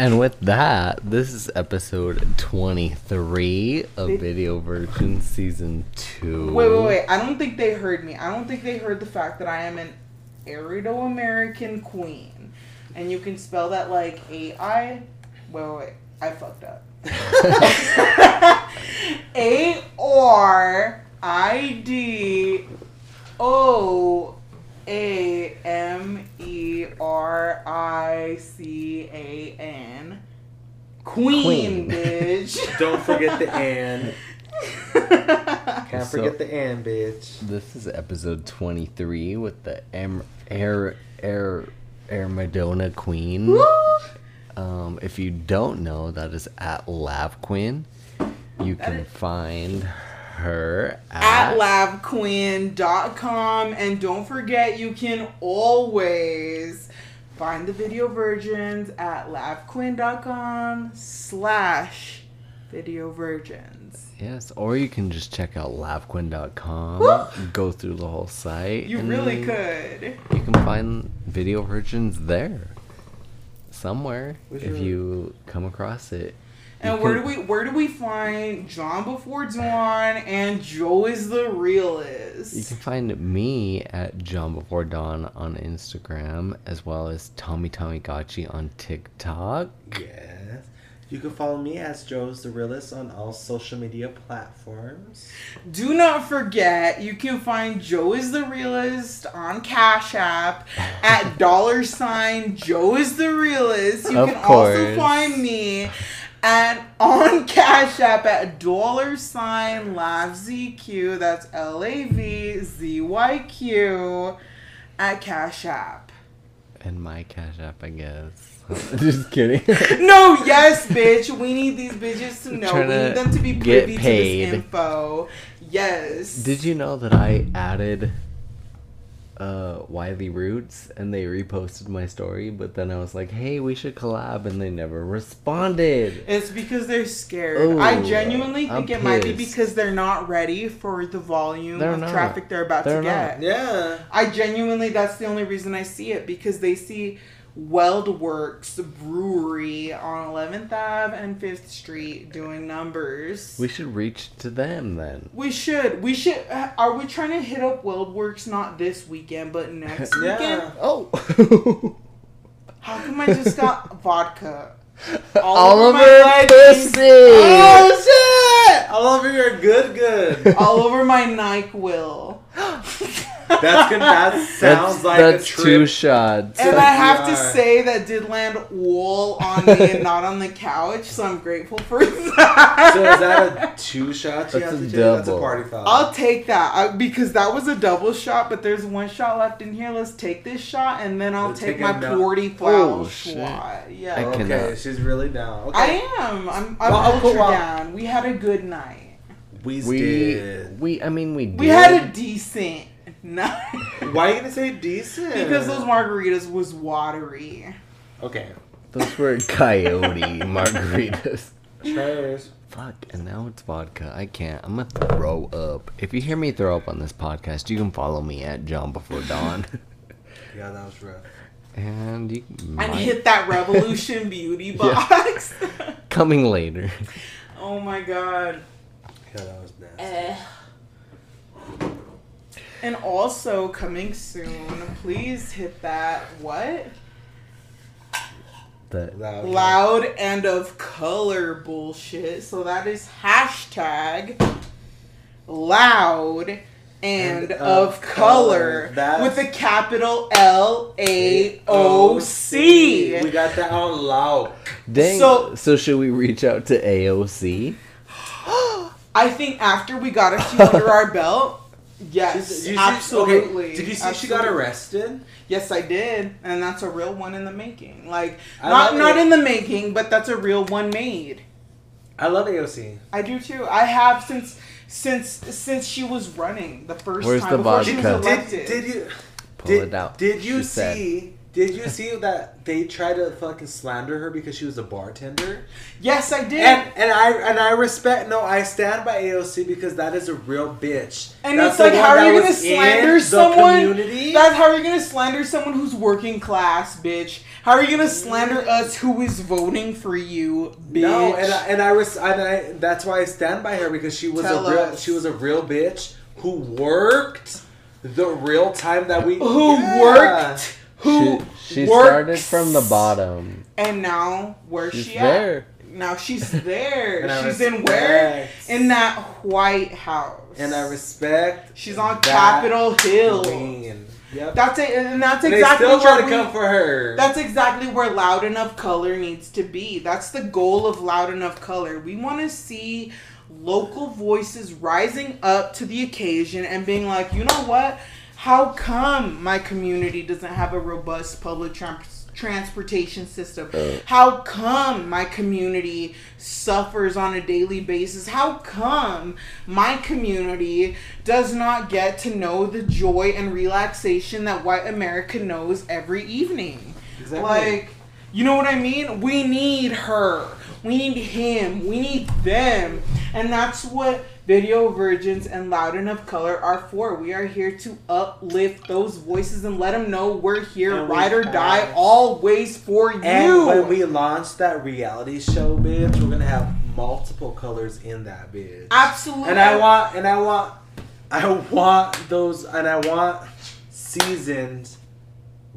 And with that, this is episode 23 of Video Version Season 2. Wait, wait, wait. I don't think they heard me. I don't think they heard the fact that I am an Arido American queen. And you can spell that like A I. Wait, wait, wait. I fucked up. A R I D O A M E R I C A N. Queen, Queen. bitch. Don't forget the and. Can't So- forget the and, bitch. This is episode 23 with the Am- Air Air Air Madonna Queen. Um, if you don't know, that is at Lab Queen. You can find her at at, labqueen.com and don't forget you can always find the video virgins at labqueen.com slash video virgins Yes, or you can just check out labquin.com, go through the whole site. you and really then could You can find video virgins there. Somewhere. We If should- you come across it. You and where do can- we where do we find john before dawn and joe is the You can realist find me at John Before Dawn on Instagram, as well as Tommy Tommy Gotchi on TikTok. Yes. You can follow me as Joe's the Realist on all social media platforms. do not forget you can find joe is the realist on cash app at dollar sign Joe is the realist. You Of can also course. find me and on Cash App at dollar sign LavZQ. That's L A V Z Y Q at Cash App. And my Cash App, I guess. just kidding. No, yes, bitch. We need these bitches to know. We Tryna need them to be get privy paid. to this info. Yes. Did you know that I added uh, Wiley Roots and they reposted my story, but then I was like, hey, we should collab, and they never responded. It's because they're scared. Ooh, I genuinely I'm think it might be pissed. because they're not ready for the volume They're of not. traffic they're about They're to get. Yeah. I genuinely, that's the only reason I see it because they see Weldworks Brewery on 11th Ave and 5th Street doing numbers. We should reach to them then. We should. We should. Are we trying to hit up Weldworks not this weekend, but next Yeah. weekend? Oh! How come I just got vodka? All, over my over leggings. pussy! Oh shit! All over your good good. All over my NyQuil. That's good. That sounds like that's a two trip. shots. And I have to Yeah. say that did land all on me and not on the couch, so I'm grateful for that. so is that a two shot? you That's have a to take? That's a double. party foul. I'll take that I, because that was a double shot, but there's one shot left in here. Let's take this shot, and then I'll Let's take, take my another- forty Oh, flower shit. shot. I Yeah, can- okay, cannot. she's really down. Okay. I, am. I'm. I'm Well, I'll ultra put one- down. We had a good night. we we, did. we, I mean, we did. We had a decent night Why are you gonna say decent? because those margaritas was watery. Okay. Those were coyote margaritas. Cheers. Fuck, and now it's vodka. I can't. I'm gonna throw up. If you hear me throw up on this podcast, you can follow me at John Before Dawn. Yeah, that was rough. and you And might- hit that Revolution Beauty box. coming later. oh my god. Yeah, that was nasty. Eh, And also coming soon, please hit that what? But Loud. Loud and of color bullshit. So that is hashtag loud and, And of, of color, color. That's- with a capital L A O C. We got that out loud. dang. So- So, should we reach out to AOC? I think after we got a few under our belt, yes, Did you see- absolutely. okay, did you see she got Absolutely. arrested? Yes, I did, and that's a real one in the making. Like I not love not it. in the making, but that's a real one made. I love AOC. I do too. I have since since since she was running the first Where's time the before she was vodka? elected. Did, did you Pull did, it out. Did you she see? said. Did you see that they tried to fucking slander her because she was a bartender? Yes, I did. And and I and I respect no, I stand by AOC because that is a real bitch. And That's it's like, the how one are that you gonna was in slander the someone? community. That's how are you gonna slander someone who's working class, bitch? How are you gonna slander us who is voting for you, bitch? No, and I, and I was and I that's why I stand by her because she was Tell a real us. she was a real bitch who worked the real time that we who Yeah. worked? Who she she works, started from the bottom. And now where's She's she there. at? Now she's there. And I she's in where? respect- In that White House. and I respect She's on that Capitol Hill. queen. Yep. That's it, and that's And exactly they still where try to we- come for her. That's exactly where Loud Enough Color needs to be. That's the goal of Loud Enough Color. We want to see local voices rising up to the occasion and being like, you know what? How come my community doesn't have a robust public trans- transportation system? How come my community suffers on a daily basis? How come my community does not get to know the joy and relaxation that white America knows every evening? Exactly. Like, you know what I mean? We need her. We need him. We need them. And that's what Video Virgins and Loud Enough Color are for. We are here to uplift those voices and let them know we're here, And we ride or die, are. always for you. and when we launch that reality show, bitch, we're gonna have multiple colors in that bitch. Absolutely. And I want, and I want, I want those, and I want seasoned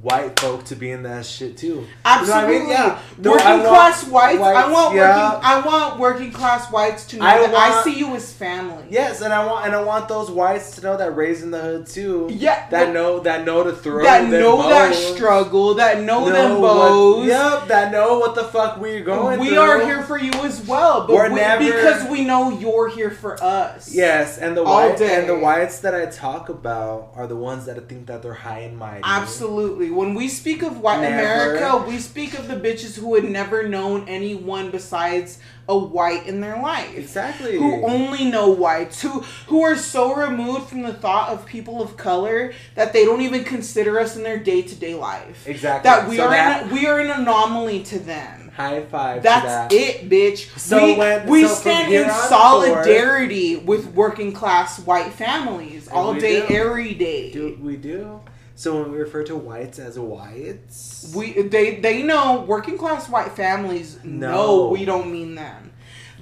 white folk to be in that shit too. Absolutely. You know what I mean? Yeah. No, working I want class whites, I want yeah. working I want working class whites to know I that I want- see you as family. Yes, and I want, and I want those whites to know that raising the hood too. Yeah, That but- know, that know to throw. That them know that bones. struggle, that know, them what- woes. Yep. That know what the fuck we're going. we through. are here for you as well, We're but we, never- because we know you're here for us. Yes, and the All whites day. and the whites that I talk about are the ones that think that they're high and mighty. Absolutely. When we speak of white Never. America, we speak of the bitches who had never known anyone besides a white in their life. Exactly. Who only know whites, who who are so removed from the thought of people of color that they don't even consider us in their day to day life. Exactly. That we So are that- an, we are an anomaly to them. High five. That's to that. it, bitch. So we when- we so from stand here in on forward- solidarity with working class white families And all we day, do. every day. Do we do? So when we refer to whites as whites, We they they know working class white families know No. we don't mean them.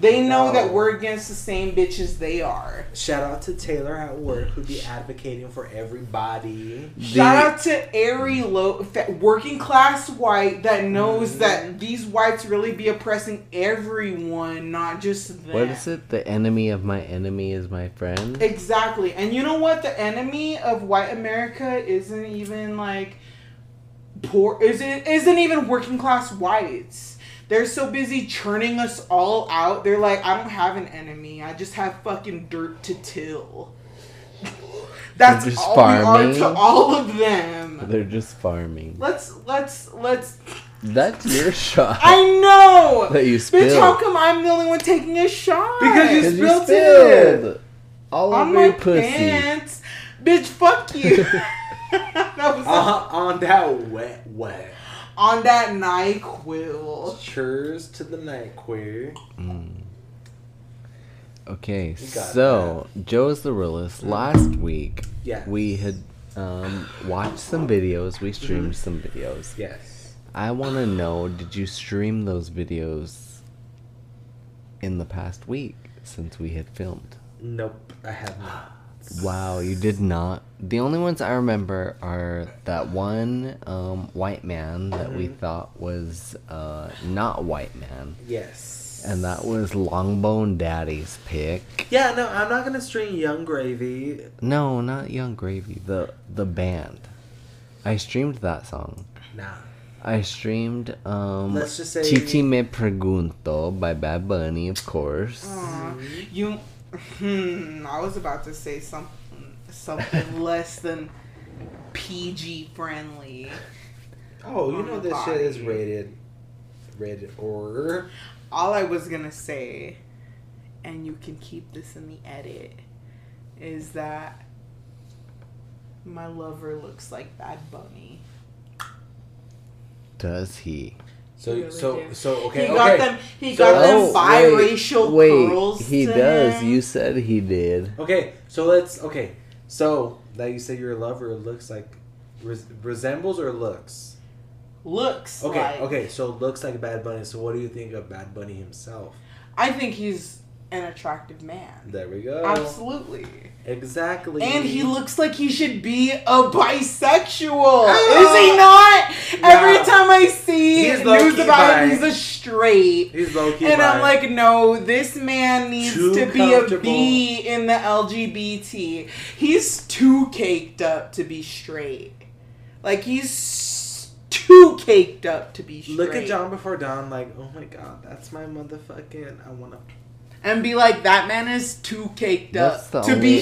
They know No. that we're against the same bitches they are. shout out to Taylor at work who be advocating for everybody. Shout out to airy low fa- working class white that knows Mm-hmm. that these whites really be oppressing everyone, not just them. What is it? The enemy of my enemy is my friend. Exactly. And you know what? The enemy of white America isn't even like poor isn't isn't even working class whites. They're so busy churning us all out. They're like, I don't have an enemy. I just have fucking dirt to till. That's They're just all farming. we are to all of them. They're just farming. Let's let's let's That's your shot. I know. That you Bitch, how spilled. come I'm the only one taking a shot? Because you 'Cause you spilled spilled all on over my your pussy. pants. Bitch, fuck you. that was Uh, on that wet, wet. on that NyQuil. Cheers to the night, queer. Okay, You got so Joe's the realist. Last week Yes. we had um, watched some videos. We streamed Mm-hmm. some videos. Yes. I want to know: Did you stream those videos in the past week since we had filmed? Nope. I have Ah. not. Wow, you did not. The only ones I remember are that one um, white man that we thought was uh, not white man, Yes. and that was Longbone Daddy's pick. Yeah, no, I'm not gonna string Young Gravy. No, not Young Gravy. The the band. I streamed that song. Nah. I streamed um Let's just say- Chichi me pregunto by Bad Bunny, of course. Aw, Mm. You, hmm, I was about to say something, something less than PG friendly. Oh, you know On this the shit is body. rated, rated or. All I was gonna say, and you can keep this in the edit, is that my lover looks like Bad Bunny. Does he? So Really so do. so He okay. got okay. them. He So- got them Oh, wait, biracial wait, curls. He to does. him. You said he did. Okay, so let's okay. So that you say your lover looks like res- resembles or looks. looks Okay, like. okay. So looks like Bad Bunny. So what do you think of Bad Bunny himself? I think he's an attractive man. There we go. Absolutely. Exactly. And he looks like he should be a bisexual. Ah! Is he not? No. Every time I see He's news low-key about him, bi. he's a straight. He's low key. And I'm like, no, this man needs Too to be a comfortable. B in the LGBT. He's too caked up to be straight. Like he's too caked up to be straight. look at John before dawn. Like, oh my god, that's my motherfucking. I wanna. and be like, that man is too caked That's up the to only, be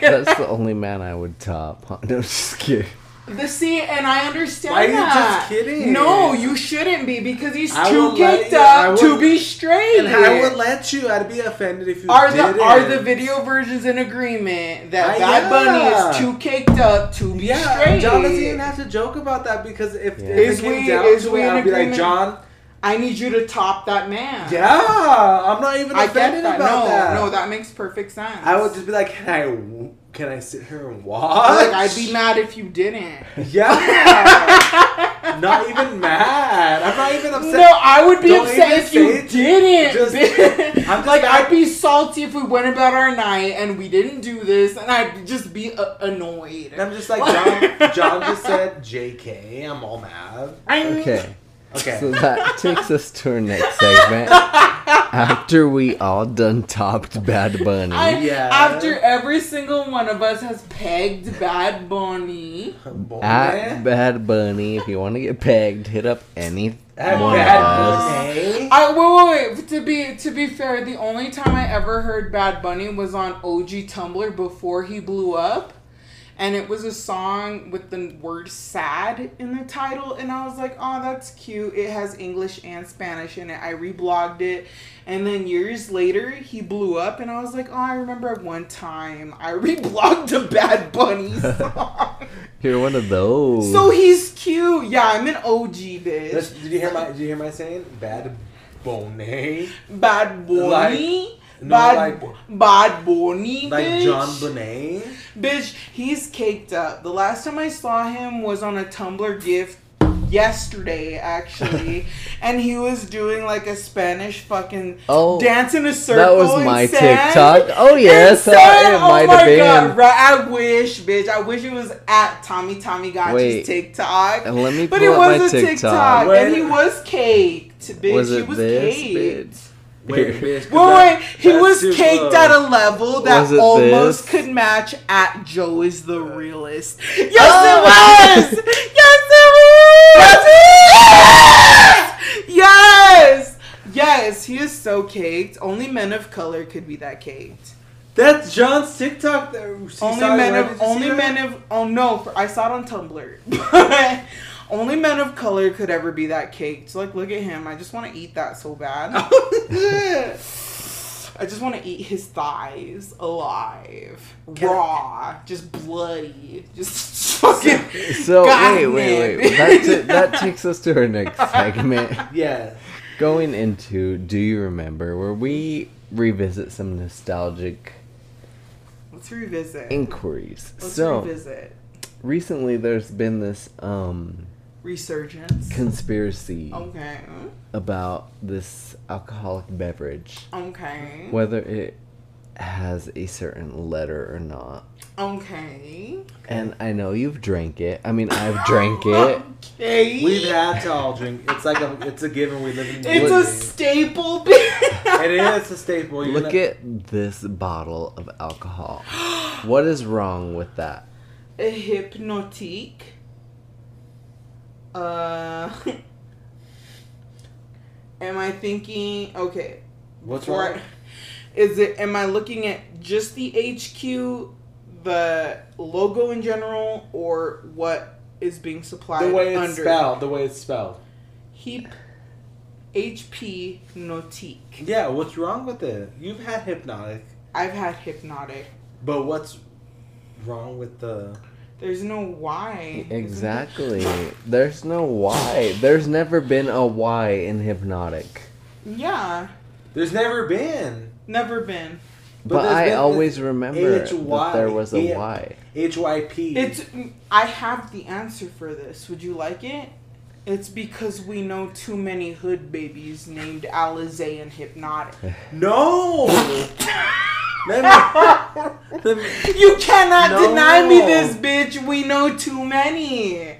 that's the only man I would top. huh? No, I'm just kidding. The see, and I understand Why are you just that. kidding? No, you shouldn't be because he's I too would let caked you- I up would- to be straight. And I would let you. I'd be offended if you are didn't. the are the video versions in agreement that Ah, Bad Bunny yeah. is too caked up to be Yeah, straight? John doesn't even have to joke about that because if, Yeah. if Is it came we- down is to we it, in I'd be like, agreement? John, I need you to top that man. Yeah, I'm not even I get offended that. about no, that. no, that makes perfect sense. I would just be like, can I, w- can I sit here and watch? like, I'd be mad if you didn't. Yeah, not even mad. I'm not even upset. No, I would be Don't upset even if you say it. didn't. Just- bitch. I'm just like, mad. I'd be salty if we went about our night and we didn't do this, and I'd just be uh, annoyed. And I'm just like John. John just said, "JK." I'm all mad. I mean, Okay. Okay. So that takes us to our next segment. After we all done topped Bad Bunny. I- Yeah. After every single one of us has pegged Bad Bunny, Boy, at Bad Bunny, if you want to get pegged, hit up any at one Bad of us. Bunny. I wait, wait, wait. To be to be fair, the only time I ever heard Bad Bunny was on OG Tumblr before he blew up. And it was a song with the word sad in the title. And I was like, oh, that's cute. It has English and Spanish in it. I reblogged it. And then years later, he blew up. And I was like, oh, I remember one time I reblogged a Bad Bunny song. You're one of those. so he's cute. Yeah, I'm an OG bitch. That's- Did you hear my? Did you hear my saying? Bad Bunny. Bad Bunny. no, bad, like- bad Bunny, Like bitch. John Bonet. bitch, he's caked up. The last time I saw him was on a Tumblr gift yesterday, actually, and he was doing like a Spanish fucking Oh, dance in a circle. that was my in sand. TikTok. Oh, yes. In sand? It oh might my have been. god! Right, I wish, bitch. I wish it was at Tommy Tommy Gotch's Wait. TikTok. And let me But pull it up my was a TikTok, TikTok. and When- he was caked, bitch. Was he it was this, caked. bitch? Wait, bitch, 'cause Wait, that- wait, he that's was too caked low. at a level that Was it almost this? could match at Joe is the realest. Yes, Oh. it was! Yes, it was! Yes! Yes, he is so caked. Only men of color could be that caked. That's John's TikTok. There. She only saw it, men right? of Did you only see that? men of oh no, for, I saw it on Tumblr. only men of color could ever be that caked. Like, look at him. I just want to eat that so bad. I just want to eat his thighs alive, Can I- raw, just bloody, just fucking. So God wait, wait, damn wait. it. That, t- that takes us to our next segment. Yeah. Going into Do You Remember, where we revisit some nostalgic Let's revisit. inquiries. Let's so revisit recently, there's been this um resurgence. conspiracy okay. about this alcoholic beverage, Okay. whether it has a certain letter or not. Okay. And I know you've drank it. I mean, I've drank it. Okay. We've had to all drink. It's like a, it's a given. We live in. It's a staple. It is a staple. You're Look gonna- at this bottle of alcohol. What is wrong with that? a hypnotique. Uh, am I thinking? Okay, What's for- wrong? Is it? Am I looking at just the HQ, the logo in general, or what is being supplied? The way it's under spelled. The way it's spelled. Hip, HP notique. Yeah. What's wrong with it? You've had hypnotic, I've had hypnotic. but what's wrong with the? There's no why. Exactly. There's no why. There's never been a why in hypnotic. Yeah. There's never been Never been. But, there's I been always this remember that HY. there was a Yeah. why. HYP. It's. I have the answer for this. Would you like it? It's because we know too many hood babies named Alizé and Hypnotic. no. let me, let me. You cannot No. deny me this, bitch. We know too many.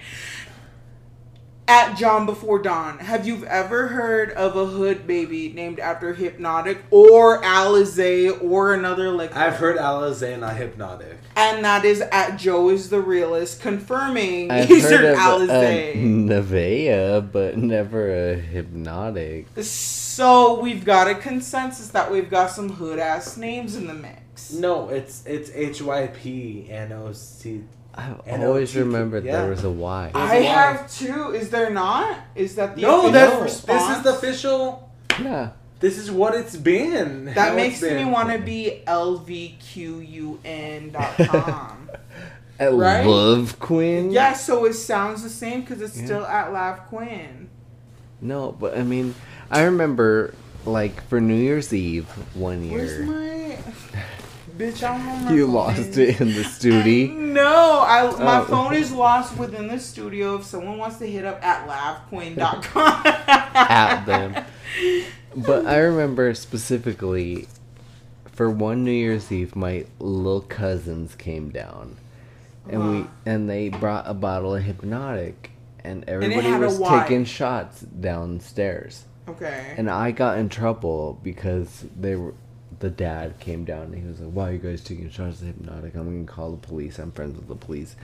At John Before Dawn, have you ever heard of a hood baby named after Hypnotic or Alizé or another like I've heard Alizé not hypnotic. And that is at Joe is the realist, confirming I've he's heard an of um, a Alizé. Nevea, but never a hypnotic. So we've got a consensus that we've got some hood ass names in the mix. No, it's it's HYP and OC. I've And always OTP, remembered yeah. there was a why. There's I a lot. have two. Is there not? Is that the No, official that's response? this is the official. Yeah. This is what it's been. That How makes it's me been. want to be lvqun.com. I Right? love Quinn. yeah, so it sounds the same because it's Yeah. still at Lav Quinn. No, but I mean, I remember like for New Year's Eve one Where's year, my bitch? I don't remember. you my lost name. it in the studio. No, I my Oh. phone is lost within the studio. If someone wants to hit up at lavquinn.com, at at them. But I remember specifically for one New Year's Eve, my little cousins came down, and we Uh-huh. and they brought a bottle of hypnotic, and everybody had a was Y. taking shots downstairs, Okay. and I got in trouble because they were. The dad came down and he was like, "Why are you guys taking shots of hypnotic? I'm gonna call the police. I'm friends with the police."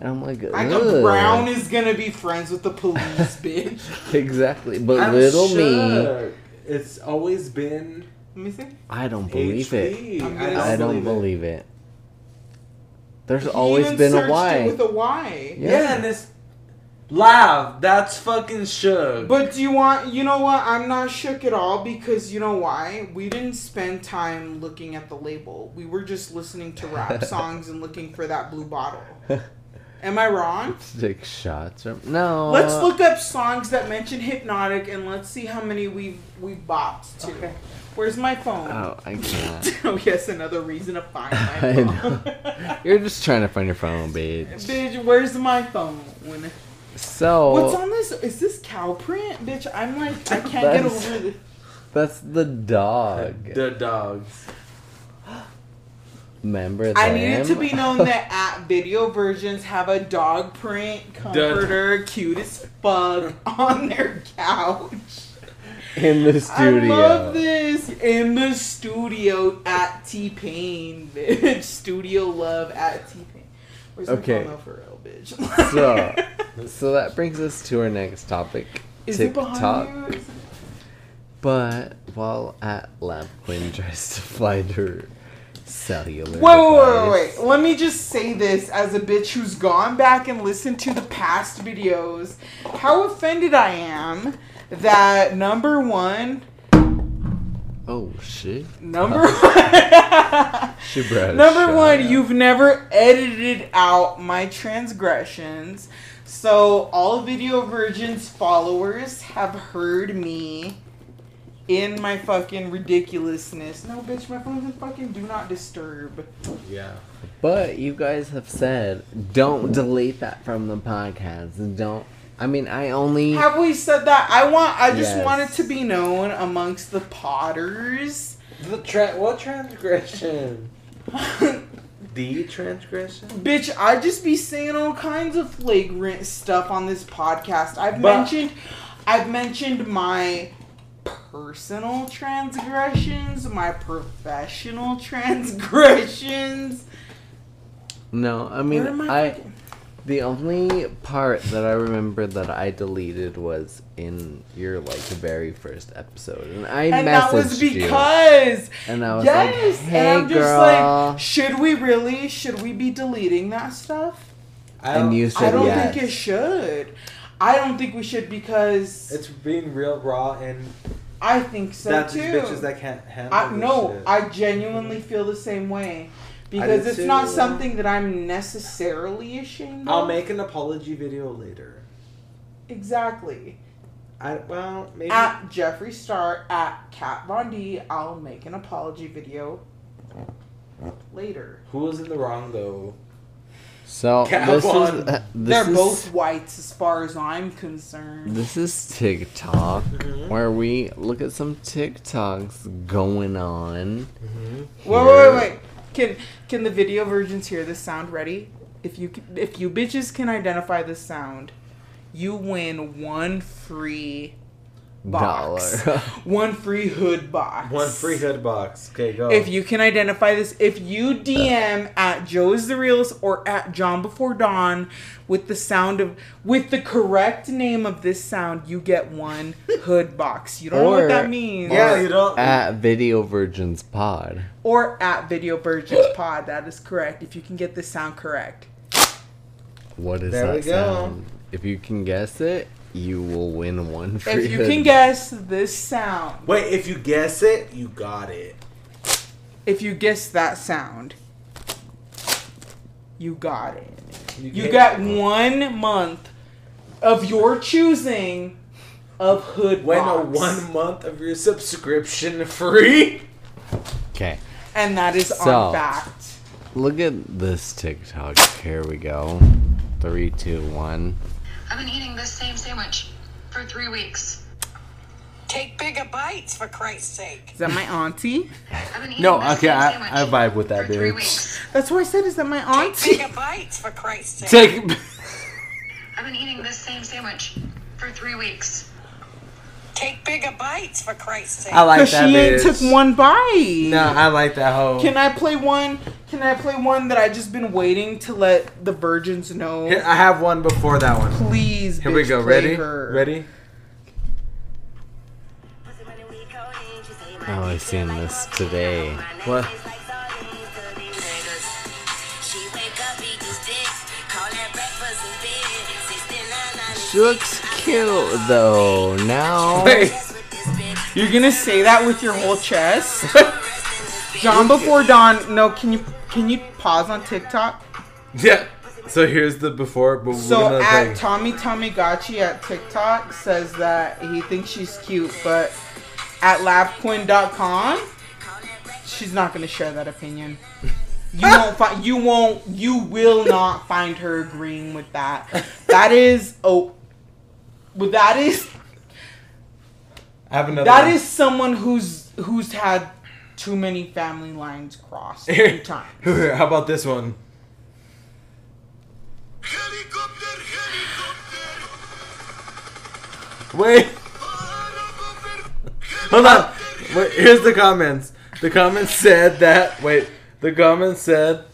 And I'm like, Like "Ugh." a brown is gonna be friends with the police, bitch. exactly." But I'm little me, shook. It's always been Let me see. I don't believe it. HP. I'm I gonna don't, I don't believe, it. believe it. There's He always even been a searched it why. With a Y. Yeah. Yeah. and it's laugh. That's fucking shook. But do you want? You know what? I'm not shook at all because you know why? We didn't spend time looking at the label. We were just listening to rap songs and looking for that blue bottle. Am I wrong? Take shots or no? Let's look up songs that mention hypnotic and let's see how many we've we've bopped to. Where's my phone? Oh. Oh, I can't. yes, another reason to find I my know. phone. You're just trying to find your phone, bitch. Bitch, where's my phone? So What's on this? Is this cow print? Bitch, I'm like, I can't get That's- over this. that's the dog. the dogs. Remember them? I need it to be known that at video versions have a dog print comforter, cute as fuck, on their couch. in the studio. I love this in the studio at T Pain, bitch. Studio love at T Pain. Where's Okay. my phone though, for real, bitch? So, so that brings us to our next topic. is it TikTok. behind you? Is it- But while at Lab Quinn tries to find her cellular. Wait, wait, wait, device- wait, wait. Let me just say this as a bitch who's gone back and listened to the past videos. How offended I am that number one, Oh shit. number She brought a number shot one, out. you've never edited out my transgressions. So all Video Virgins followers have heard me in my fucking ridiculousness. No, bitch, my phone's in fucking do not disturb. Yeah. But you guys have said don't delete that from the podcast. and Don't. I mean, I only. Have we said that? I want. I just Yes. want it to be known amongst the Potters. The tra- what transgression? the transgression? Bitch, I just be saying all kinds of flagrant stuff on this podcast. I've But- mentioned, I've mentioned my personal transgressions, my professional transgressions. No, I mean, Where am I. fucking- The only part that I remember that I deleted was in your like very first episode, and I messaged and that was you, because and I was yes, like, "Hey, and I'm just girl," like, should we really? Should we be deleting that stuff? I And don't- you I said don't yes. think it should. I don't think we should because It's being real raw and I think so that's too. these bitches that can't handle I this no, shit. I genuinely feel the same way. because did it's too, not yeah. something that I'm necessarily ashamed I'll of. make an apology video later. exactly I well maybe at Jeffree Star at Kat Von D. I'll make an apology video later. who was in the wrong though. So Cat this is one. uh, this They're is- both whites, as far as I'm concerned. This is TikTok Mm-hmm. Mhm. where we look at some TikToks going on. Wait, wait, wait, wait. Can can the video virgins hear this sound? Ready? If you can- if you bitches can identify this sound, you win one free box, Dollar. one free hood box, One free hood box. Okay, go. If you can identify this, if you DM at Joe's the Reels or at John Before Dawn with the sound of with the correct name of this sound, you get one hood box. You don't know Or- what that means. yeah, Oh, you don't. At Video Virgins Pod. Or at Video Virgins Pod. That is correct. If you can get this sound correct. What is There that we go. sound? If you can guess it, you will win one free. If you hood can guess this sound, Wait, if you guess it, you got it. if you guess that sound, you got it. You get- got one month of your choosing of hood when a box, one month of your subscription free. Okay. and that is So. on fact. Look at this TikTok. Here we go. Three, two, one. I've been eating this same sandwich for three weeks. Take bigger bites, for Christ's sake. Is that my auntie? I've been eating No, this okay, same I, sandwich I vibe with that for three bitch. weeks. That's why I said, is that my auntie? Bigger bites, for Christ's sake. Take. I've been eating this same sandwich for three weeks. Take bigger bites, for Christ's sake. I like Because that she ain't bitch. took one bite. No, I like that hoe. Can I play one? Can I play one that I just been waiting to let the virgins know? Here, I have one before that one. Please, Here we bitch, go. play Ready? her. Ready? Oh, I seen this today. What? She looks cute though. Now. Wait. You're gonna say that with your whole chest? John before dawn. No, can you can you pause on TikTok? Yeah. So here's the before, but we're So gonna at like, Tommy Tommy Gachi at TikTok says that he thinks she's cute, but at LabQuinn.com, she's not gonna share that opinion. You won't find you won't you will not find her agreeing with that. That is oh but that is I have another. That one. is someone who's who's had too many family lines crossed two times. Here, How about this one? Helicopter, helicopter, Wait. helicopter. Hold on. Wait, here's the comments. The comments said that. Wait. The comments said,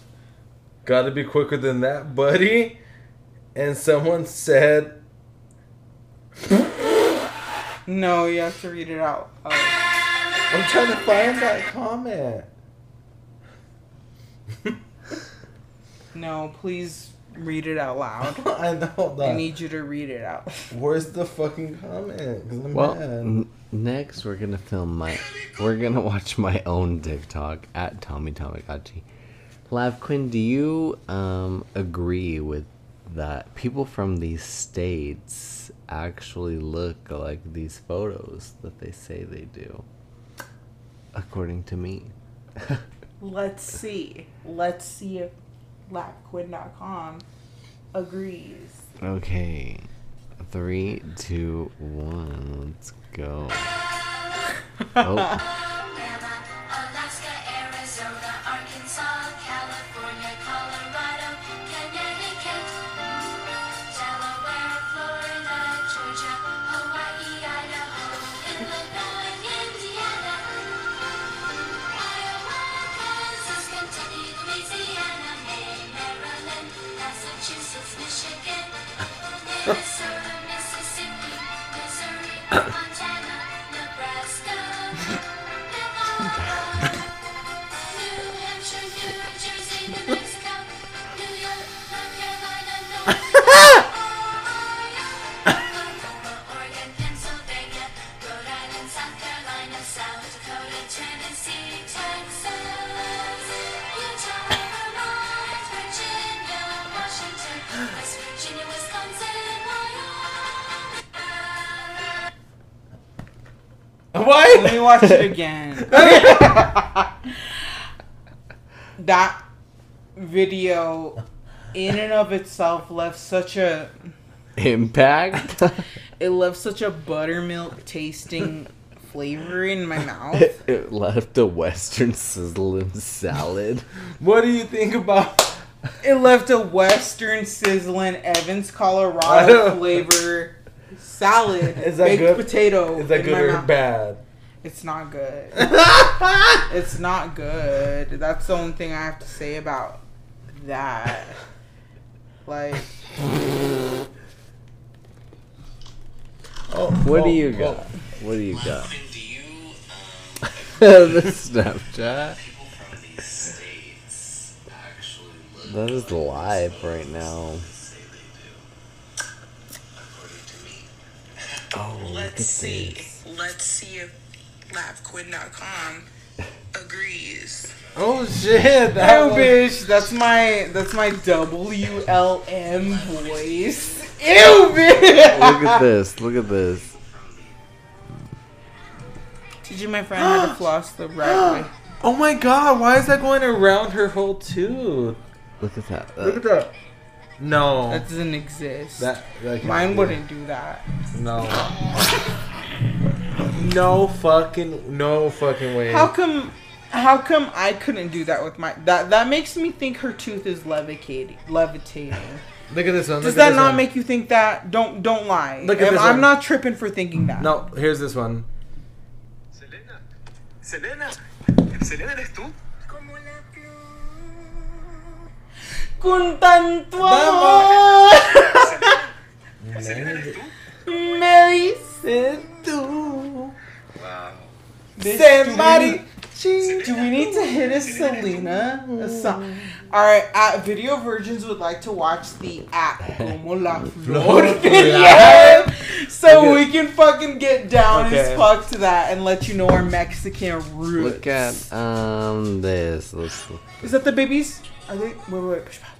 "Gotta be quicker than that, buddy." And someone said, No, you have to read it out. Oh. "I'm trying to find that comment." No, please read it out loud. I know. Hold I on. need you to read it out. Where's the fucking comment? 'Cause I'm Well, mm. mad. n- next we're gonna film my. We're gonna watch my own TikTok at Tommy Tamagotchi. Lav Quinn, do you um, agree with that? People from these states actually look like these photos that they say they do, according to me. Let's see. Let's see if LabQuinn.com agrees. Okay, three, two, one, let's go. Oh, Alaska, Arizona, Arkansas, California, Colorado, Connecticut, Delaware, Florida, Georgia, Hawaii, Idaho, Illinois, Indiana, Iowa, Kansas, Kentucky, Louisiana, Maine, Maryland, Massachusetts, Michigan, Minnesota, Mississippi, Missouri, Montana, Nebraska. South Dakota, Tennessee, Texas, Utah. Let Why? me watch it again. that video, in and of itself, left such a Impact. it left such a buttermilk tasting flavor in my mouth. it, it left a western sizzle and salad. What do you think about? It left a western sizzling Evans, I know. Colorado flavor salad, Is that baked good? potato. Is that in good my or mouth. bad? It's not good. it's not good. That's the only thing I have to say about that. Like, Oh, What do oh, you oh. got? What do you got? do you, um, the Snapchat. people from these states actually live That is live right now. to say they do? According to me. Oh, look at Let's see. this. Let's see if LabQuid.com agrees. Oh shit! That oh, was- bitch, that's my that's my WLM voice. Ew, bitch. Look at this. Look at this. TJ, my friend had to floss the right way. Oh my god! Why is that going around her whole tooth? Look at that. Look at that. No. That doesn't exist. That, that can't Mine be. wouldn't do that. No. no fucking no fucking way. How come? How come I couldn't do that with my that? That makes me think her tooth is levitating. Levitating. Look at this one. Does look at that this not one. make you think that? Don't don't lie. Look at Am- this I'm one. not tripping for thinking that. No, here's this one. Selena. Selena. Selena, eres tú? Con tanto amor, Selena, eres tú? me dices tú. Wow. Bitch, Somebody Do we need, do we need to hit a Selena a song? All right, at Video Virgins would like to watch the at Como la Flor video, so we can fucking get down Okay. as fuck to that and let you know our Mexican roots. Look at um this. Let's look. Is that the babies? Are they? Wait, wait, wait. Push back.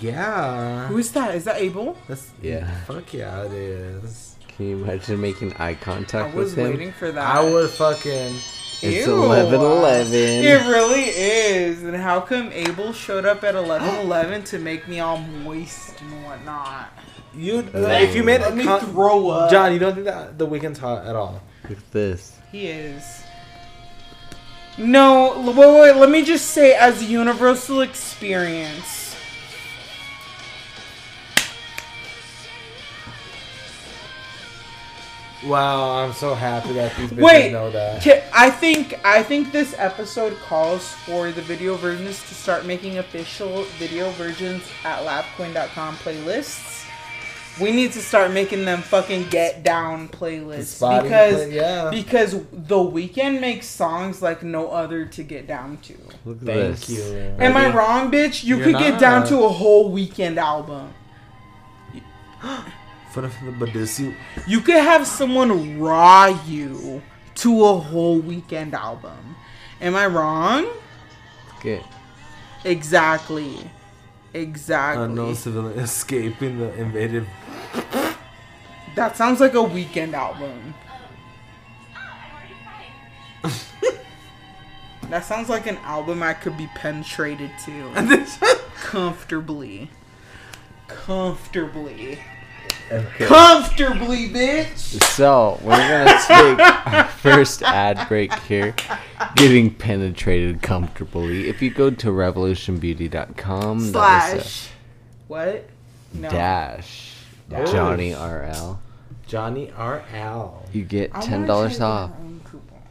Yeah. Who is that? Is that Abel? That's, Yeah. Fuck yeah, it is. Can you imagine making eye I contact was with him? waiting for that. I would fucking. It's Ew. eleven It eleven. really is. And how come Abel showed up at eleven eleven to make me all moist and whatnot? You if you made Let a me con- throw up. John, you don't think that the weekend's hot at all. Look at this. He is. No, l- wait, wait, let me just say, as a universal experience. Wow, I'm so happy that these bitches Wait, know that. ca- I think I think this episode calls for the video virgins to start making official video virgins at labcoin.com playlists. We need to start making them fucking get down playlists Spotty, because but yeah. because the weekend makes songs like no other to get down to. Look at Thank this. you. Am I wrong, bitch? You You're could get down not. to a whole weekend album. For the, for the Badusu. You could have someone raw you to a whole weekend album. Am I wrong? Okay. Exactly. Exactly. Unknown civilian escaping the invaded. That sounds like a weekend album. that sounds like an album I could be penetrated to comfortably. Comfortably. Comfortably, bitch. So we're gonna take our first ad break here. Getting penetrated comfortably. If you go to revolutionbeauty.com that is a Slash. What? No. dash Dash. Johnny RL, Johnny R.L. you get I wanna ten dollars try off. their own coupon.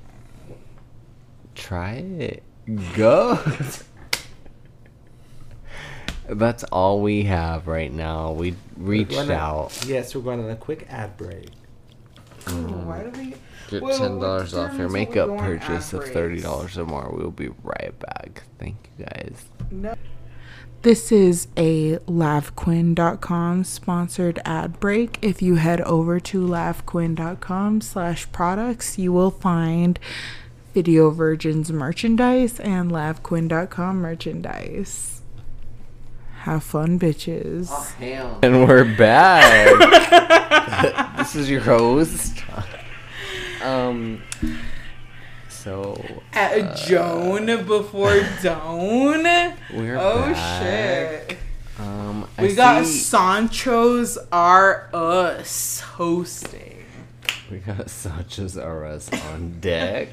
Try it. Go. That's all we have right now. We reached We're gonna- out. Yes, we're going on a quick ad break. Why do we? Get Well, ten dollars what off your determines if makeup we're going purchase of ad thirty breaks? dollars or more. We'll be right back. Thank you guys. This is a lavquin.com sponsored ad break. If you head over to lavquin.com slash products, you will find Video Virgins merchandise and lavquin.com merchandise. Have fun, bitches. And we're back. this is your host. Um. So At Joan before Doan. we're Oh back. shit. Um, I We got see- Sancho's R Us hosting. we got Sancho's R Us on deck.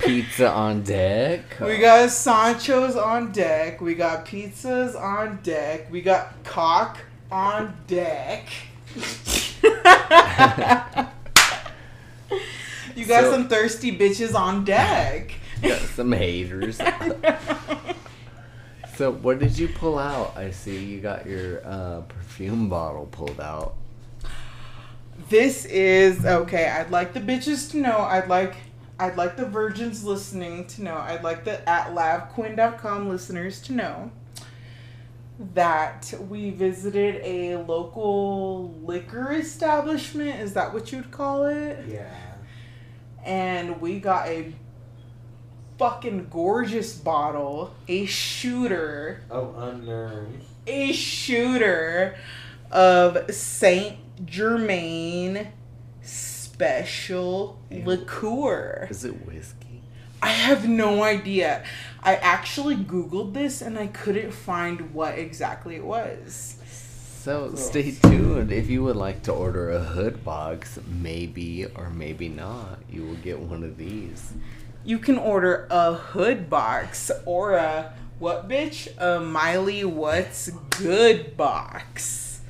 Pizza on deck. We got Sancho's on deck. We got pizzas on deck. We got cock on deck. you got So- some thirsty bitches on deck. got some haters. so what did you pull out? I see you got your uh, perfume bottle pulled out. This is okay. I'd like the bitches to know. I'd like I'd like the virgins listening to know. I'd like the at lavquin.com listeners to know that we visited a local liquor establishment. Is that what you'd call it? Yeah. And we got a fucking gorgeous bottle, a shooter, Oh, unnerved. a shooter of Saint Germain special liqueur. Is it whiskey? I have no idea. I actually googled this and I couldn't find what exactly it was. So stay tuned. If you would like to order a hood box, maybe or maybe not, you will get one of these. You can order a hood box or a what bitch? A Miley What's Good box.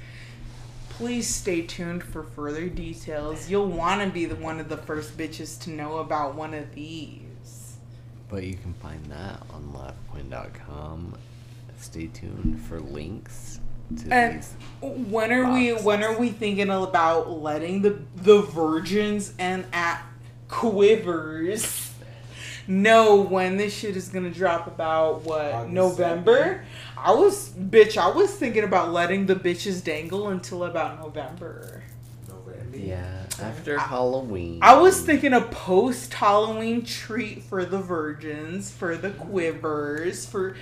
Please stay tuned for further details. You'll want to be the, one of the first bitches to know about one of these. But you can find that on laughquin.com. Stay tuned for links to And these. when are we when are we thinking about letting the the virgins and at quivers know when this shit is gonna drop about what August November? I was bitch, I was thinking about letting the bitches dangle until about November. Yeah, after Halloween. I was thinking a post Halloween treat for the virgins, for the quivers, for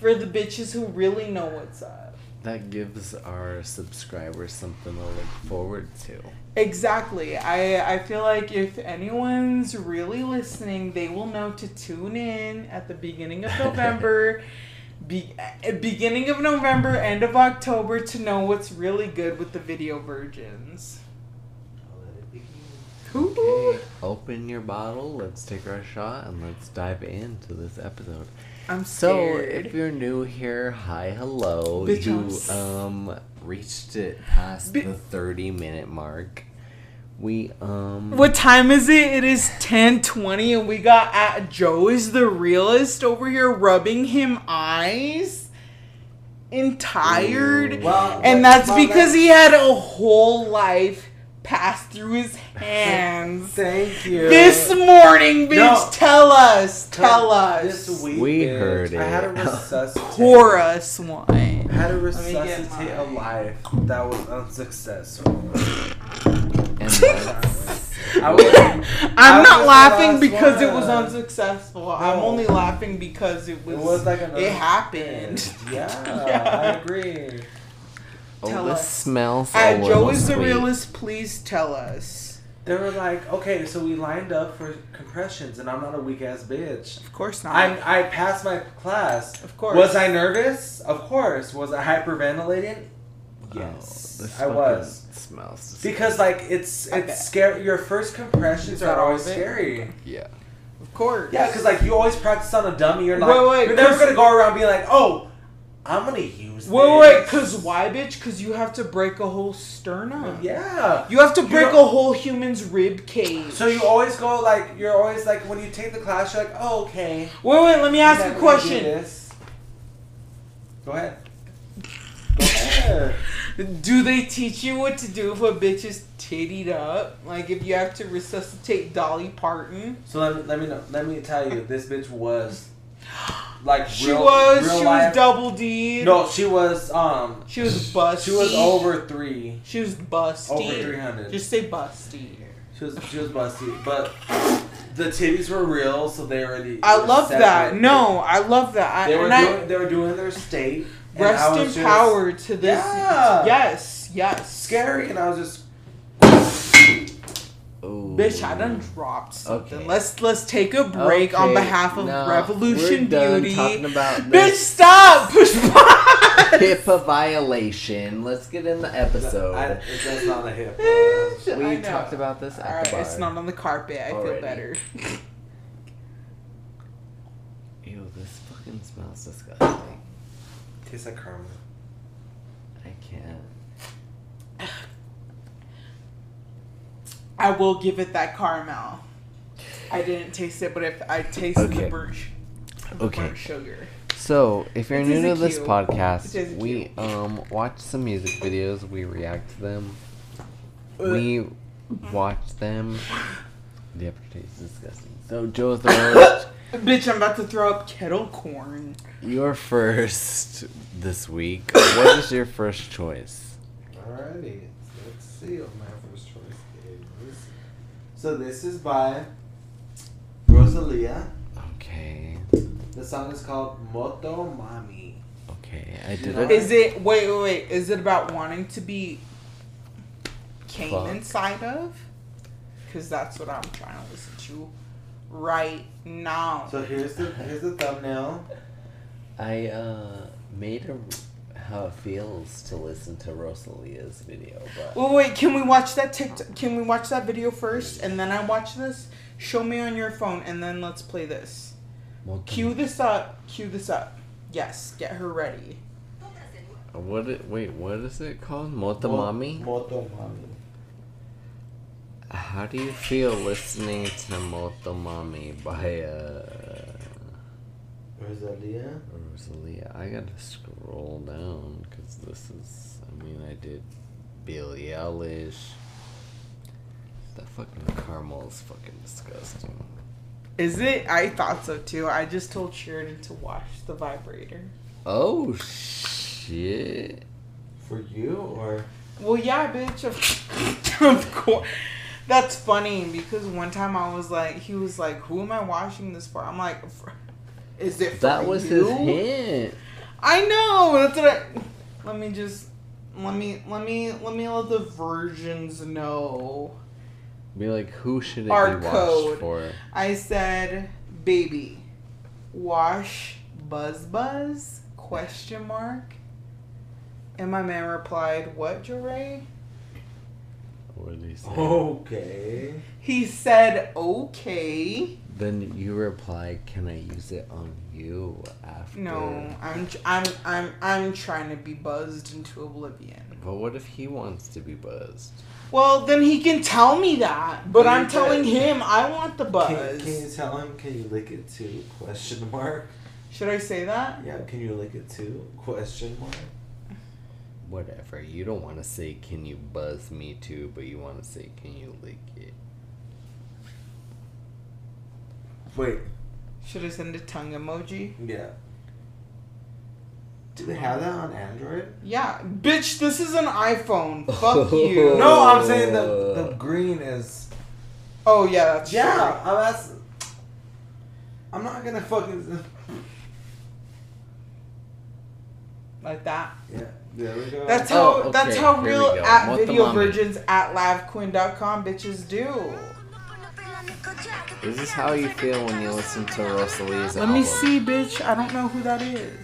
for the bitches who really know what's up. that gives our subscribers something to look forward to. Exactly. I I feel like if anyone's really listening, they will know to tune in at the beginning of November, be, eh, beginning of November, end of October to know what's really good with the video virgins. Ooh. Okay, open your bottle. Let's take our shot and let's dive into this episode. I'm So, scared. if you're new here, hi, hello. Bitch, I'm s- you um reached it past Bi- the 30 minute mark. We um what time is it? It is 10:20 and we got at Joe is the realist over here rubbing him eyes and tired. Well, And but- that's well, because that- he had a whole life pass through his hands. Thank you. this morning, bitch, No. tell us, tell us, This week, We bitch, heard I had to it. resuscitate. pour us one. I had to me get resuscitate a mine. life that was unsuccessful. and that's- I was, I'm was not the laughing last because it was one. unsuccessful. I'm No. only laughing because it was. it was like another it happened. Yeah, Yeah. I agree. oh, Tell this us. smells a At little Uh, Joe is the sweet. realist. Please tell us. They were like, okay, so we lined up for compressions, and I'm not a weak ass bitch. Of course not. I I passed my class. Of course. Was I nervous? Of course. Was I hyperventilating? Oh, Yes, this I fucking was. Smells disgusting. Because like it's I bet. it's scary. Your first compressions that are all always of it? scary. yeah. of course. Yeah, because like you always practice on a dummy. You're not. Wait, wait, you're never 'cause- gonna go around being like, oh, I'm gonna use. Wait, this. wait, because why, bitch? Because you have to break a whole sternum. Yeah. You have to You break know- a whole human's rib cage. So you always go like you're always like when you take the class, you're like, oh, okay. wait, wait. Let me I'm ask not gonna a do question. this. Go ahead. Go ahead. Do they teach you what to do if a bitch is tittied up? Like if you have to resuscitate Dolly Parton? So let me, let me know, let me tell you, this bitch was like She real- was. real She life- was double D. No, she was um She was busty. she was over three, She was busty. over three hundred. Just say busty. She was she was busty, but the titties were real, so they already. I were love that. separate. No, I love that. I, they were and I- doing they were doing their state. and I rest was in just power to this. Yeah. Yes. Yes. Scary, and I was just Bitch, I done dropped something. Okay. Let's let's take a break on Okay, behalf of nah, Revolution we're done Beauty. talking about Bitch, this. stop! Push pause. HIPAA violation. Let's get in the episode. I, it- that's not a hip. Bitch, I we know. talked about this at All right, the bar. it's not on the carpet. I Already. feel better. Ew, this fucking smells disgusting. Tastes like caramel. I can't. I will give it that caramel. I didn't taste it, but if I tasted the Okay. burnt, sh- the Okay. burnt sugar. So, if you're It new to isn't this cute. It podcast, isn't we cute. um watch some music videos. We react to them. Uh. We watch them. The aftertaste is disgusting. So, Joe's the worst. Bitch, I'm about to throw up kettle corn. Your first this week. What is your first choice? Alrighty, let's see what my first choice is. So this is by Rosalia. Okay. The song is called Moto Mami. Okay. I did Alright. Is it wait wait wait? Is it about wanting to be came Fuck. inside of? Because that's what I'm trying to listen to right now. So here's the here's the thumbnail. I uh made a how it feels to listen to Rosalia's video, but Wait, wait, can we watch that TikTok? Can we watch that video first, and then I watch this? Show me on your phone, and then let's play this. Well, Cue this up. Cue this up. Yes, get her ready. What? It, wait, what is it called? Motomami. Moto Mami. How do you feel listening to Motomami by uh Rosalia. Rosalia? I gotta scroll down because this is. I mean, I did Billie Eilish. That fucking caramel is fucking disgusting. Is it? I thought so too. I just told Sheridan to watch the vibrator. Oh shit! For you or Well, yeah, bitch. Of, of course. That's funny because one time I was like, he was like, "Who am I watching this for?" I'm like, "For- "Is it?" For That was you? his hint. I know. That's what. I, let me just. Let me. Let me. Let me let the virgins know. Be like, who should it Our be code. watched for? I said, "Baby, wash buzz buzz?" Question mark. And my man replied, "What, Jeray?" What did he say? Oh. Okay. He said, "Okay." Then you reply, "Can I use it on you?" After No, I'm tr- I'm I'm I'm trying to be buzzed into oblivion. But what if he wants to be buzzed? Well, then he can tell me that, but Well, you I'm telling did. him I want the Can, buzz. can you tell him can you lick it too? Question mark. Should I say that? Yeah, can you lick it too? Question mark. Whatever. You don't want to say, "Can you buzz me too?" But you want to say, "Can you lick it?" Wait, Should I send a tongue emoji? yeah. Do they have that on Android? Yeah, bitch, this is an iPhone. Fuck you. No, I'm saying the the green is. Oh yeah, that's Uh. Yeah, I'm ask- I'm not gonna fucking. true. like that. Yeah, there we go. That's how Oh, that's okay, how here we real go. at What the video mommy? virgins at lavquin.com bitches do. Is this how you feel when you listen to Rosalia's Let me see, bitch. I don't know who that is.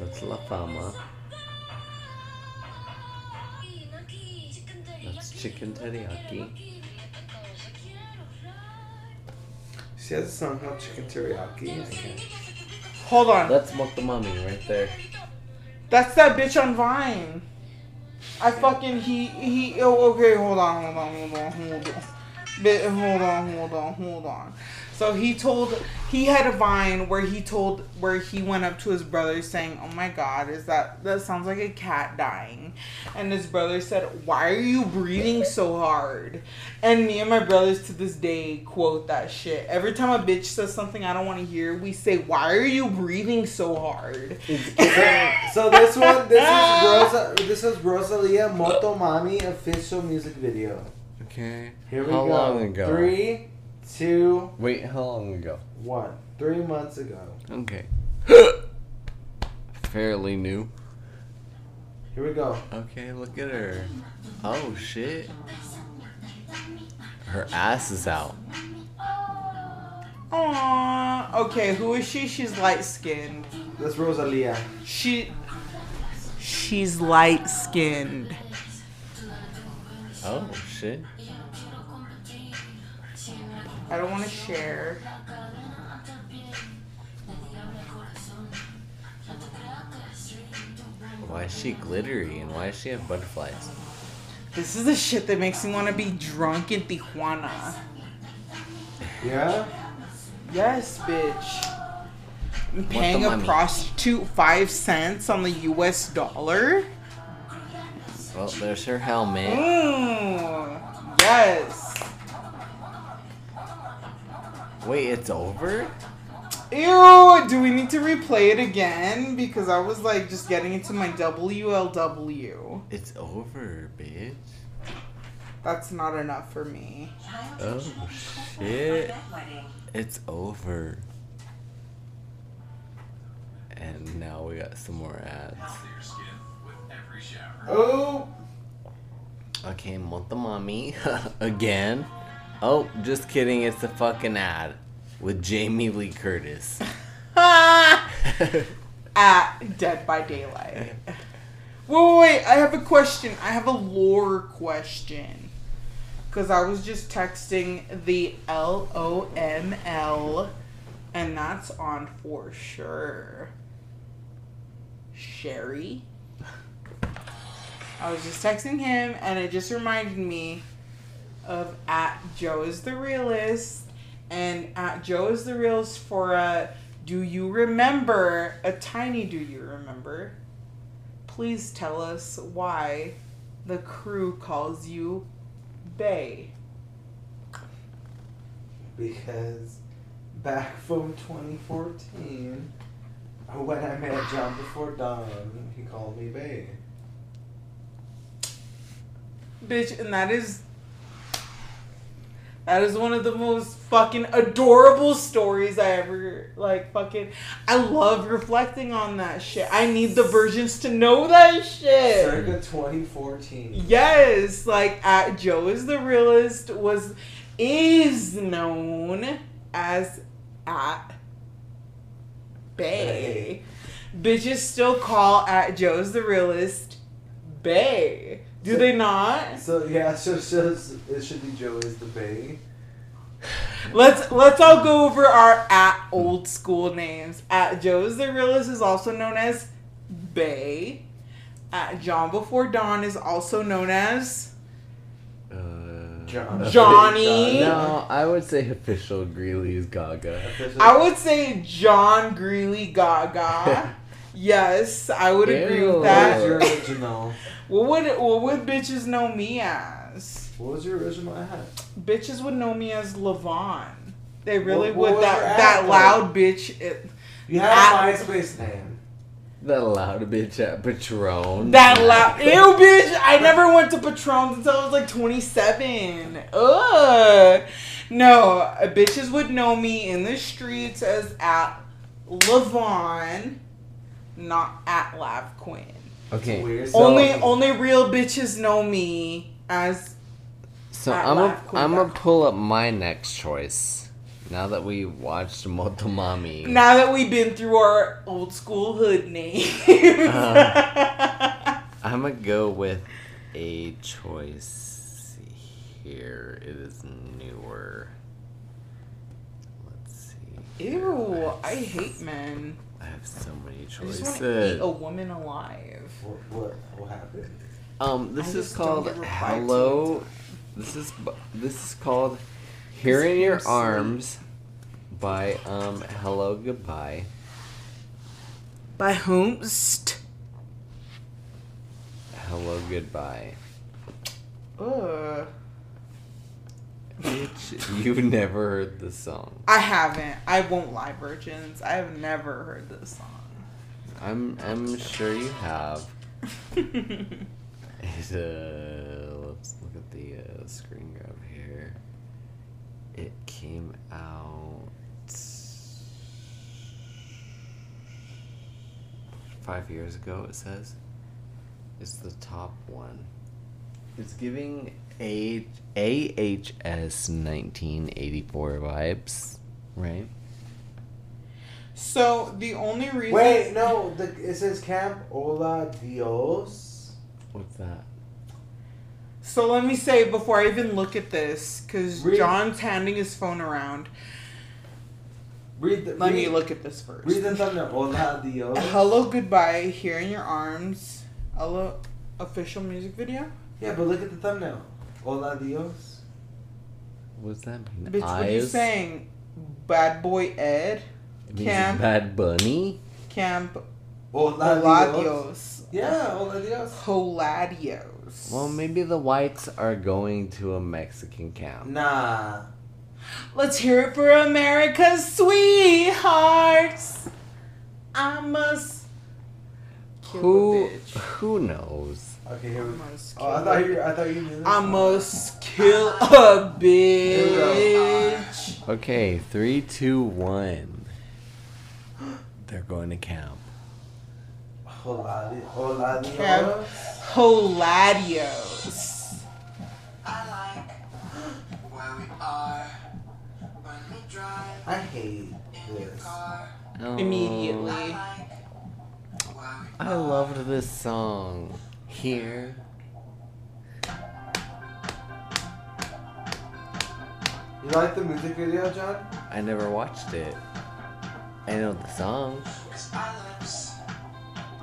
That's La Fama. That's chicken teriyaki. She has a song called Chicken Teriyaki. I can't- Hold on. That's Motomami right there. That's that bitch on Vine. I fucking he he. Oh, okay, hold on, hold on, hold on, hold on. Bit, hold on, hold on, hold on. So he told he had a Vine where he told where he went up to his brother saying, "Oh my God, is that that sounds like a cat dying?" And his brother said, "Why are you breathing so hard?" And me and my brothers to this day quote that shit. Every time a bitch says something I don't want to hear, we say, "Why are you breathing so hard?" so this one, this is Rosa, this is Rosalia Motomami official music video. Okay. Here we how go. long ago? Three, two, Wait, how long ago? one. Three months ago. Okay. Fairly new. Here we go. Okay, look at her. Oh shit. Her ass is out. Aww. Okay, who is she? She's light skinned. That's Rosalia. She. She's light skinned. Oh shit. I don't want to share. Why is she glittery and why does she have butterflies? This is the shit that makes me want to be drunk in Tijuana. Yeah? Yes, bitch. I'm paying the a money? prostitute five cents on the US dollar? Well, there's her helmet. Mmm. Yes. Wait, it's over? Ew, do we need to replay it again? Because I was like just getting into my WLW. It's over, bitch. That's not enough for me. Oh shit. It's over. And now we got some more ads. Oh! Okay, want the mommy again? Oh, just kidding. It's a fucking ad with Jamie Lee Curtis. Ah! At Dead by Daylight. Wait, wait, wait, I have a question. I have a lore question. Because I was just texting the L O M L, and that's on for sure. Sherry? I was just texting him, and it just reminded me of at Joe is the realist and at Joe is the realist for a do you remember a tiny do you remember? Please tell us why the crew calls you Bay. Because back from 2014, when I met John before dawn, he called me babe. Bitch, and that is that is one of the most fucking adorable stories I ever like fucking I love reflecting on that shit. I need the virgins to know that shit. Circa 2014. Yes, like at Joe is the realist was is known as at Bay. Bitches still call at Joe's the realist Bay. Do they not? So yeah, so, so it should be Joe is the babe. Let's let's all go over our at old school names. At Joe's the realist is also known as Bay. At John Before Dawn is also known as Uh, John. Johnny. no, I would say official Greeley's Gaga. I would say John Greeley Gaga. yes, I would agree What Ew. with was your that. original? What would what would bitches know me as? What was your original ad? Bitches would know me as Levon. They really What- what would. was your that ad that though? loud bitch. It, You Ah. had a MySpace name. That loud bitch at Patron. that loud. Ew, bitch. I never went to Patron's until I was like 27. Ugh. No, bitches would know me in the streets as at Levon, not at Lav Quinn. Okay, Weird. only So- only real bitches know me as so At I'm a, Laugh Queen I'm dot gonna pull up my next choice. Now that we watched Motomami. now that we've been through our old school hood names. Uh-huh. I'm gonna go with a choice here. It is newer. Let's see. Ew, I hate men. I have so many I just want to eat choices. a woman alive. What, what, what happened? Um, this I is just don't called get replied to Hello. This is bu- this is called Here in I'm Your asleep. Arms by um Hello Goodbye. By whomst? Hello Goodbye. Ugh. Bitch, you've never heard this song. I haven't. I won't lie, virgins. I have never heard this song. I'm I'm sure you have. It, uh, let's look at the uh, screen grab here. It came out five years ago. It says is the top one. It's giving a AHS 1984 vibes, right? So the only reason. Wait, no. The, it says Camp Ola Dios. What's that? So let me say before I even look at this, because Read- John's handing his phone around. Read the. Let me read- look at this first. Read the thumbnail. Hola Dios. Hello, goodbye. Here in your arms. Hello, official music video. Yeah, but look at the thumbnail. Hola Dios. What's that? mean? Bitch, what are you Eyes? saying? Bad boy Ed, It means Camp. Bad Bunny? Camp Hola, Dios. Holadios, Yeah, Hola Dios. Holadios. Well, maybe the whites are going to a Mexican camp. Nah. Let's hear it for America's sweethearts. I must kill Who a bitch. who knows? Okay, here we go. Must Oh, I kill a thought you. I thought you knew this. I must kill a bitch. Okay, three, two, one. They're going to camp. Hola, Di- Hola Dios. Camp Holadios. I like where we are when we drive I hate in your this. car. I Oh. Oh. Immediately. like where we I loved this song. Here. You like the music video, John? I never watched it. I know the song. Cause our lips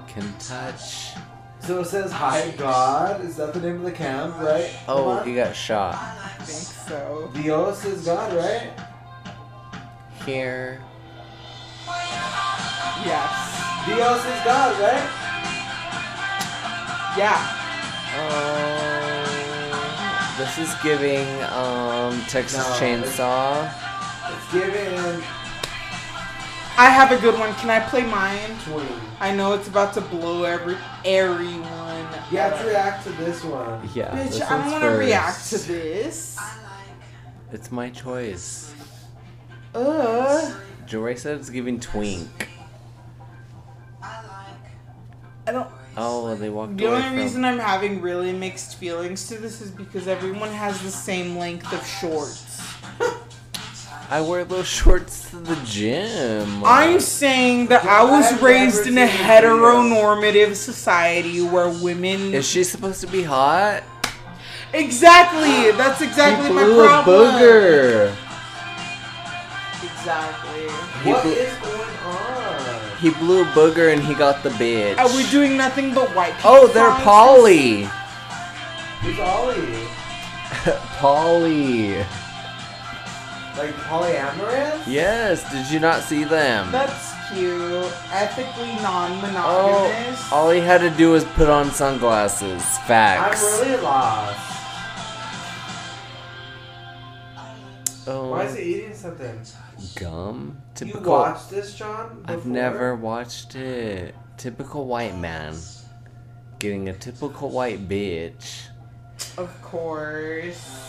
Can touch. So it says Hi God. Is that the name of the camp, right? Oh, Come he on. got shot. I I like think so. Dios is God, right? Here. Yes. Dios is God, right? Yeah. Um, this is giving um, Texas No. Chainsaw. It's given I have a good one. Can I play mine? 20. I know it's about to blow every everyone. You have to react to this one. Yeah. Bitch, this I don't one's want to first. react to this. It's my choice. Ugh. Jory said it's giving twink. I don't. Oh, they walked The away only from. reason I'm having really mixed feelings to this is because everyone has the same length of shorts. I wear those shorts to the gym. I'm saying that I was I've raised never in a seen a video. heteronormative society where women. Is she supposed to be hot? exactly! That's exactly he my blew a problem. booger. Exactly. What bl- is going on? He blew a booger and he got the bitch. Are we doing nothing but white people? Oh, they're songs? Polly. It's Ollie. Polly. Like polyamorous? Yes, did you not see them? That's cute. Ethically non monogamous. Oh, all he had to do was put on sunglasses. I'm Facts. really lost. oh, Why is he eating something? gum? You Typical. watched this, John? I've before? never watched it. Typical white man getting a typical white bitch, oh. Of course.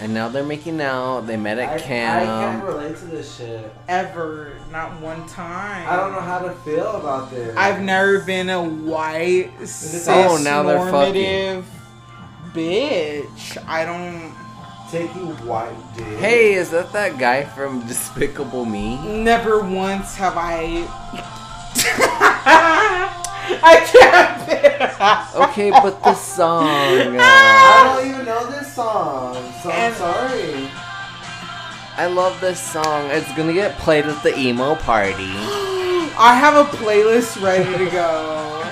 and now they're making out. They met I, at I can't camp. relate to this shit. Ever. Not one time. I don't know how to feel about this. I've never been a white is cis all- Oh, now they're normative bitch. I don't taking white dude. hey, is that that guy from Despicable Me? never once have I I can't bear- Okay, but the song. I uh, don't even know this song, so I'm And- sorry. I love this song. It's gonna get played at the emo party. I have a playlist ready to go.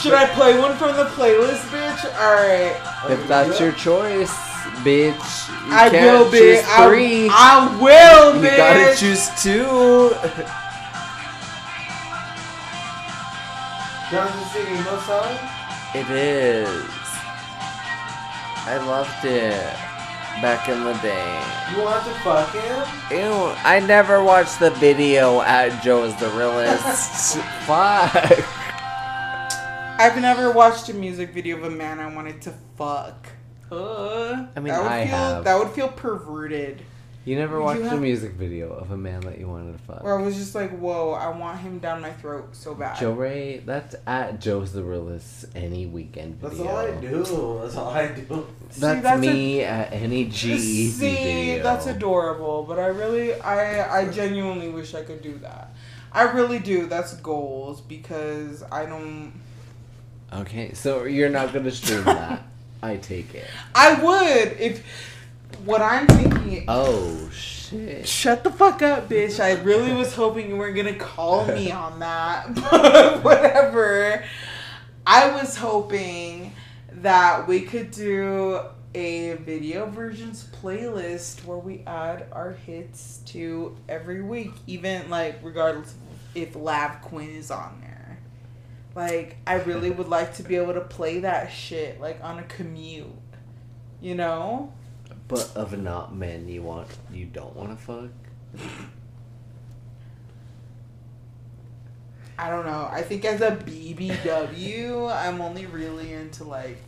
Should I play one from the playlist, bitch? Alright. If that's your choice, bitch, you I can't will be choose I, three. I will you bitch. gotta choose two. John's singing no song? It is. I loved it back in the day. You want to fuck him? Ew, I never watched the video at Joe's the Realist. Fuck. I've never watched a music video of a man I wanted to fuck. Uh, I mean, that would I feel have. that would feel perverted. You never watched a have- music video of a man that you wanted to fuck. Where I was just like, whoa, I want him down my throat so bad. Joe Ray, that's at Joe's the realist any weekend That's video. all I do. That's all I do. See, That's, that's a- me at any G E See, video. that's adorable, but I really, I, I genuinely wish I could do that. I really do. That's goals because I don't. Okay, so you're not gonna stream that. I take it. I would if what I'm thinking. Oh shit. Shut the fuck up, bitch. I really was hoping you weren't gonna call me on that, but whatever. I was hoping that we could do a video versions playlist where we add our hits to every week, even like regardless if Lab Quinn is on there. Like, I really would like to be able to play that shit like on a commute, you know? But of not men you want you don't wanna fuck? I don't know. I think as a BBW, I'm only really into like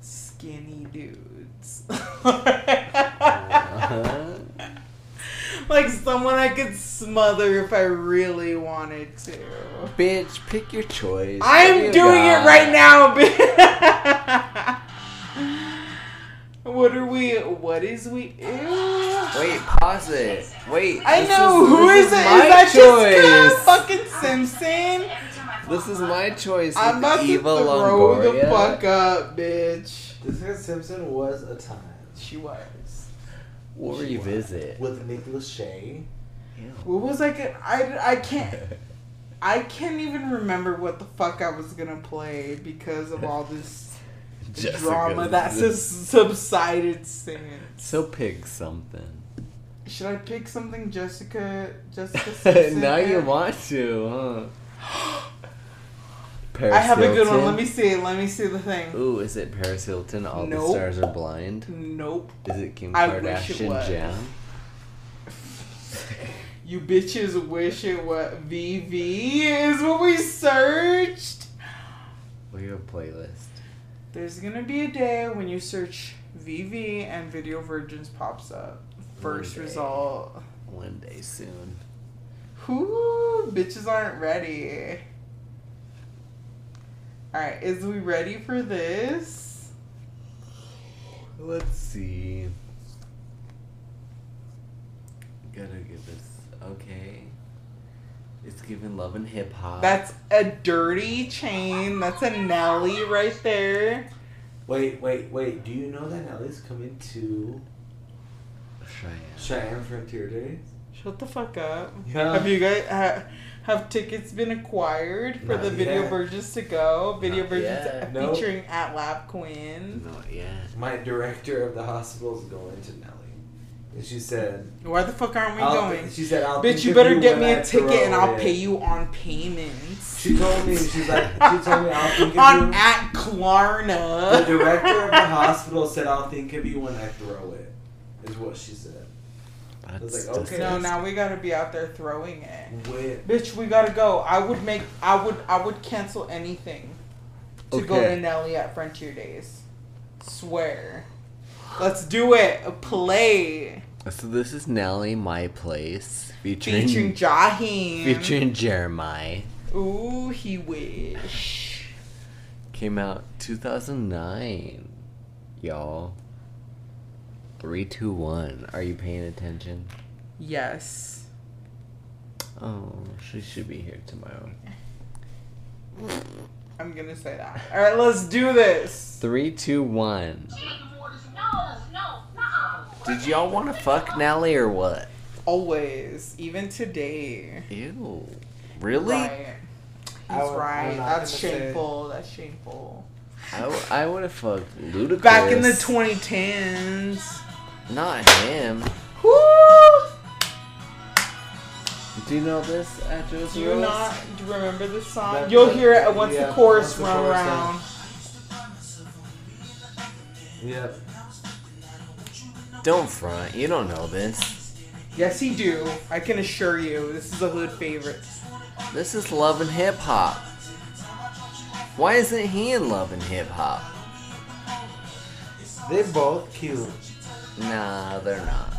skinny dudes. Uh-huh. like someone I could smother if I really wanted to. Bitch, pick your choice. What do I'm you doing it got? right now, bitch. what are we? What is we? Ew. Wait, pause it. Wait. I this know who this is it. Is that just fucking Simpson? This is my choice. I'm with about to Eva throw the Longoria. fuck up, bitch. Jessica Simpson was a time She was. We'll revisit. with Nick Lachey. What was I gonna? I, I can't. I can't even remember what the fuck I was gonna play because of all this Jessica drama that Simpson. sus- subsided since. So pick something. Should I pick something, Jessica? Jessica. Simpson? now you want to, huh? Paris I have a good one. Hilton? Let me see. Let me see the thing. Ooh, is it Paris Hilton? All Nope. the stars are blind. Nope. Is it Kim I wish it Kardashian was. Jam? You bitches wish it what VV is what we searched. We have a playlist. There's gonna be a day when you search VV and Video Virgins pops up. First One day. result. One day soon. Whoo, bitches aren't ready. Alright, is we ready for this? Let's see. Gotta give this. Okay. It's giving love and hip hop. That's a dirty chain. That's a Nelly right there. Wait, wait, wait. Do you know that Nelly's coming to Cheyenne. Cheyenne Frontier Days? Shut the fuck up. Yeah. Have you guys ha, have tickets been acquired for Not the Video yet. Virgins to go? Video Not Virgins yet. Nope. featuring at Lab Quinn. Not yet. My director of the hospital's going to Nelly, and she said, Why the fuck aren't we I'll- going? She said, I'll Bitch, think you of better get when me I a ticket throw and I'll it." pay you on payments. She told me. She's like, she told me I'll think of on you. at The Klarna. director of the hospital said, I'll think of you when I throw it. Is what she said. That's was like, okay. No, now we gotta be out there throwing it. Wait. Bitch, we gotta go. I would make. I would. I would cancel anything to go Okay. to Nelly at Frontier Days. Swear. Let's do it. Play So this is Nelly, my place, featuring featuring featuring, Jaheim. Jeremiah. Ooh, he wish. Came out 2009, y'all. Three, two, one. Are you paying attention? Yes. Oh, she should be here tomorrow. I'm gonna say that. All right, let's do this. Three, two, one. Did y'all want to fuck Nelly or what? Always, even today. Ew. Really? Right. He's I would- right. I'm not That's gonna say- shameful. That's shameful. I, w- I would have fucked Ludacris. Back in the 2010s. Not him. Woo! Do you know this actress? Do you not do you remember this song? That- You'll that- hear it once yeah, the chorus once the run chorus around. Yep. Don't front. You don't know this. Yes, he do. I can assure you, this is a hood favorite. This is Love and Hip Hop. Why isn't he in Love and Hip Hop? They both cute. Nah, they're not.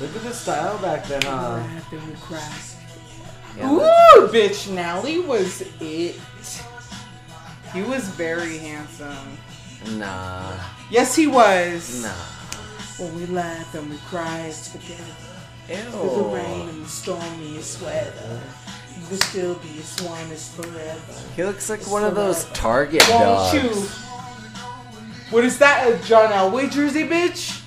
Look at the style back then, huh? Rapping crack. Yeah, Ooh, bitch, Nally was it. He was very handsome. Nah, Yes, he was. nah. When we laugh and we cry, it's together. Through the rain Ew. and the stormiest weather, you will still be as one as forever. He looks like one of those Target Won't dogs. you? What is that, a John Elway jersey, bitch?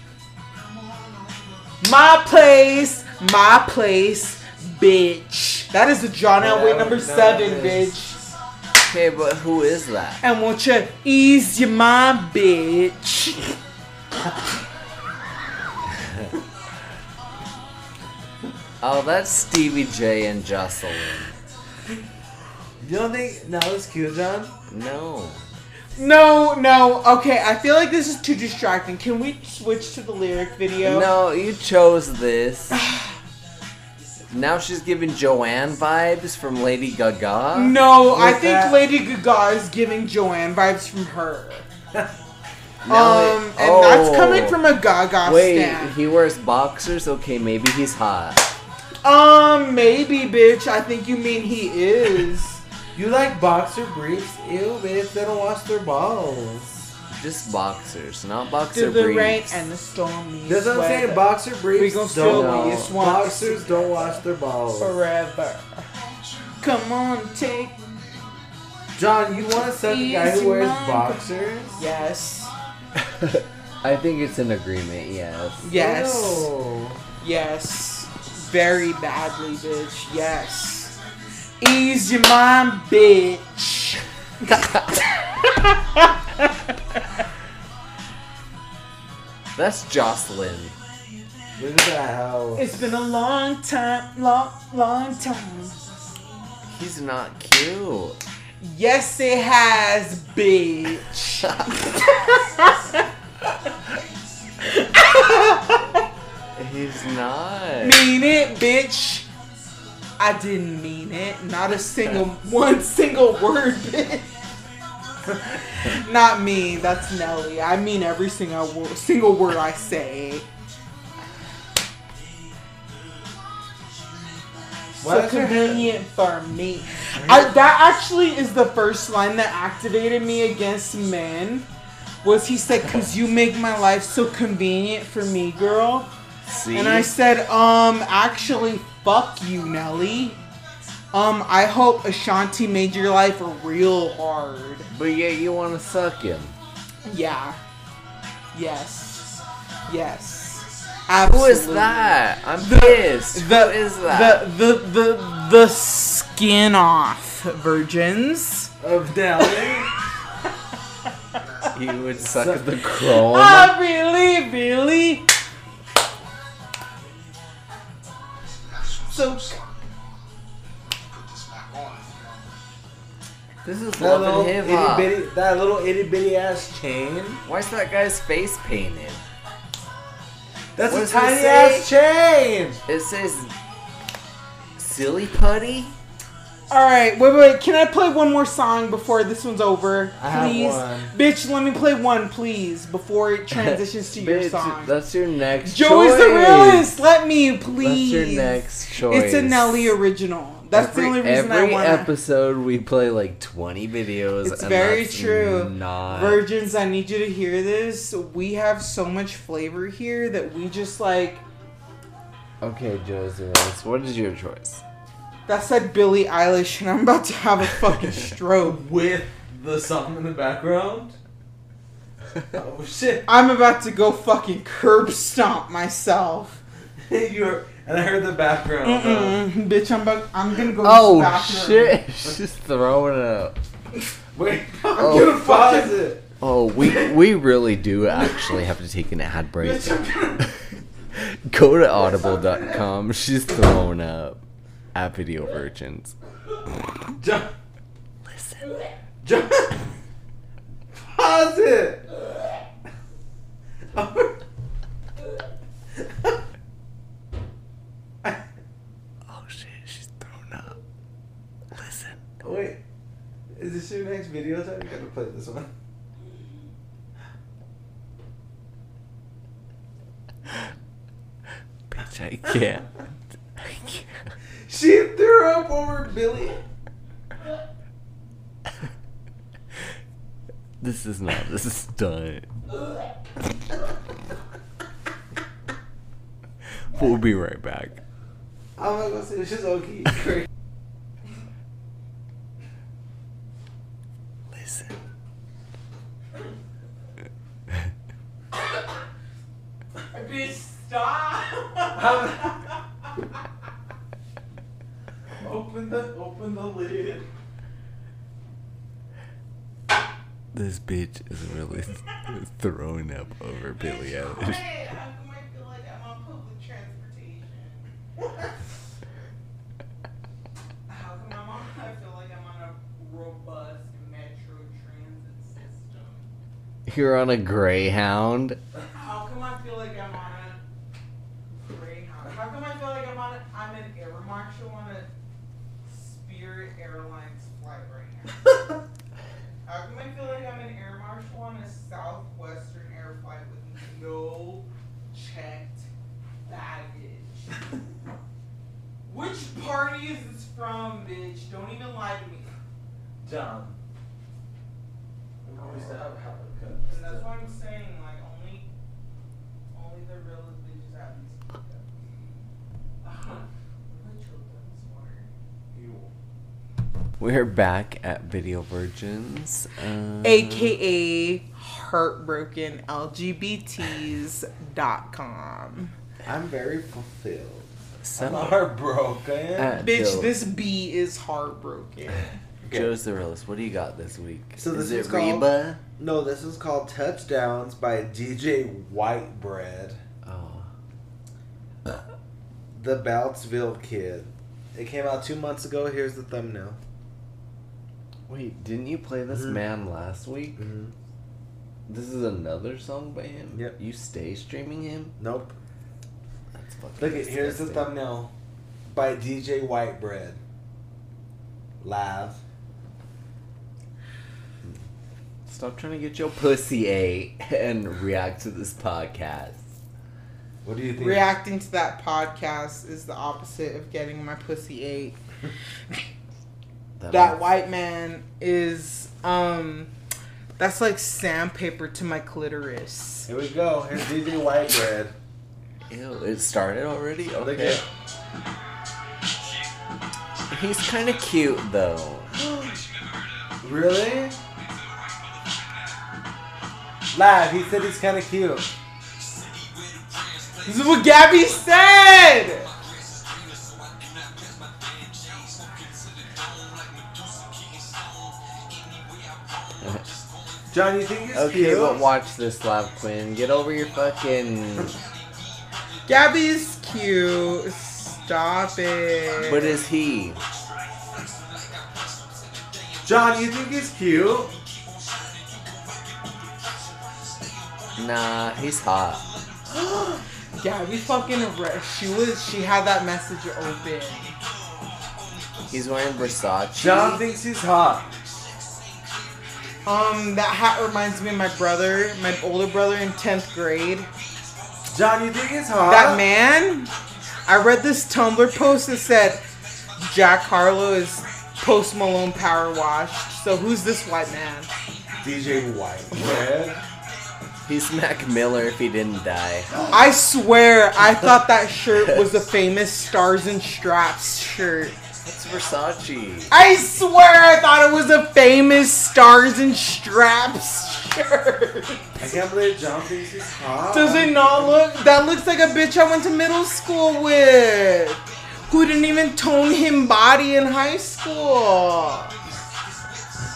My place, my place, bitch. That is the John Yeah, Elway number no, seven, it is. bitch. Okay, but who is that? And won't you ease your mind, bitch? Oh, that's Stevie J and Jocelyn. You don't think now it's cute, John? No. No, no. Okay, I feel like this is too distracting. Can we switch to the lyric video? No, you chose this. Now she's giving Joanne vibes from Lady Gaga. No, I With think that- Lady Gaga is giving Joanne vibes from her. Now um, it- and that's coming oh. from a Gaga Wait, stan. he wears boxers? Okay, maybe he's hot. Um, maybe, bitch. I think you mean he is. You like boxer briefs? Ew, bitch, they don't wash their balls. Just boxers, not boxer Through the briefs. rain and the stormy That's what I'm saying. Boxer We briefs gon' don't. still be as one. Boxers don't wash their balls. forever. Come on, take John, you want to suck a guy Easy who wears mind. boxers? yes, I think it's an agreement, yes. yes. Ew. Yes. Very badly, bitch. Yes. Ease your mind, bitch. That's Jocelyn. Look at that house. It's been a long time, long, long time. He's not cute. Yes, it has, bitch. He's not. mean it, bitch. I didn't mean it. Not a single, one single word, bitch. Not me. That's Nelly. I mean every single wo- single word I say. Why so is your head? convenient for me. I, that actually is the first line that activated me against men. Was he said, "Cause you make my life so convenient for me, girl," See? and I said, "Um, actually, fuck you, Nelly. Um, I hope Ashanti made your life real hard. but yet you want to suck him. Yeah, yes, yes. Who is Absolutely. that? I'm pissed. The, Who is that? The, the the the skin off virgins. Of Nelly. He would suck the chrome. I Ah, really, really. So this is that love little and hip hop. itty bitty, that little itty bitty ass chain. Why's that guy's face painted? That's What a does it tiny ass chain. It says silly putty. All right, wait, wait, wait. Can I play one more song before this one's over, I have please? one. Bitch, let me play one, please, before it transitions to your Bitch, song. That's your next Joey's choice. the realist. Let me, please. That's your next choice. It's a Nelly original. That's every, the only reason every I want. episode we play like 20 videos. It's and very that's true. Not Virgins, I need you to hear this. We have so much flavor here that we just like. okay, Joey's the realist. What is your choice? That said, Billie Eilish, and I'm about to have a fucking stroke. With the song in the background. oh shit! I'm about to go fucking curb stomp myself. You're and I heard the background. Mm, bitch, I'm about, I'm gonna go. to the Oh bathroom. shit! She's throwing it up. Wait, I'm Oh. gonna pause it. Oh, we we really do actually have to take an ad break. Bitch, I'm gonna. Go to audible.com. She's throwing up at Video Virgins. John. Listen. John. Pause it. Oh shit, she's thrown up. Listen. Wait. Is this your next video? Time you gotta play this one. I can't. I can't. She threw up over Billy. This is not. This is done. we'll be right back. I'm not gonna say this is okay. Great. Listen. Bitch, stop! open the open the lid. This bitch is really throwing up over Billie Eilish. Hey, how come I feel like I'm on public transportation? how come I'm on? I feel like I'm on a robust metro transit system. You're on a Greyhound. How come I feel like I'm on a Greyhound? How come I feel like I'm on? A, I'm an air marshal on a Spirit Airlines flight right now. How come I feel like I'm an air marshal on a Southwestern Air flight with no checked baggage? Which party is this from, bitch? Don't even lie to me. Dumb. And that's why I'm saying, like, only, only the realest bitches have these hookups. Rachel does water. We're back at Video Virgins. Uh, aka heartbroken lgbts.com I'm very fulfilled. I'm so, heartbroken. uh, bitch Joe- this b is heartbroken Joe's the realist. What do you got this week? So is this it is called- Reba? No, this is called Touchdowns by DJ Whitebread, Oh, the Boutsville Kid. It came out two months ago. Here's the thumbnail. wait! Didn't you play this Mhm. man last week? Mm-hmm. This is another song by him. Yep. You stay streaming him. Nope. That's fucking. Look at here's the disgusting. thumbnail by DJ Whitebread. Live. Stop trying to get your pussy ate and react to this podcast. What do you think? reacting to that podcast is the opposite of getting my pussy ate that makes- white man is um that's like sandpaper to my clitoris Here we go. Here's DJ Whitebread. Ew, it started already? Look Okay. at He's kind of cute though. really. Live. He said he's kind of cute. this is what gabby said John, you think he's Okay, cute? but watch this, Lav Quinn. Get over your fucking. gabby's cute stop it What is he? John, you think he's cute? Nah, he's hot. Gabby fucking arre- she was she had that message open. He's wearing Versace. John thinks he's hot. Um, that hat reminds me of my brother, my older brother in tenth grade. John, you think he's hot? That man, I read this Tumblr post that said Jack Harlow is Post Malone power washed. So who's this white man? DJ Whitebread. He's Mac Miller if he didn't die. I swear, I thought that shirt was the famous Stars and Straps shirt. It's Versace. I swear, I thought it was a famous Stars and Straps shirt. I can't believe John thinks he's hot. Does it not look? That looks like a bitch I went to middle school with, who didn't even tone him body in high school.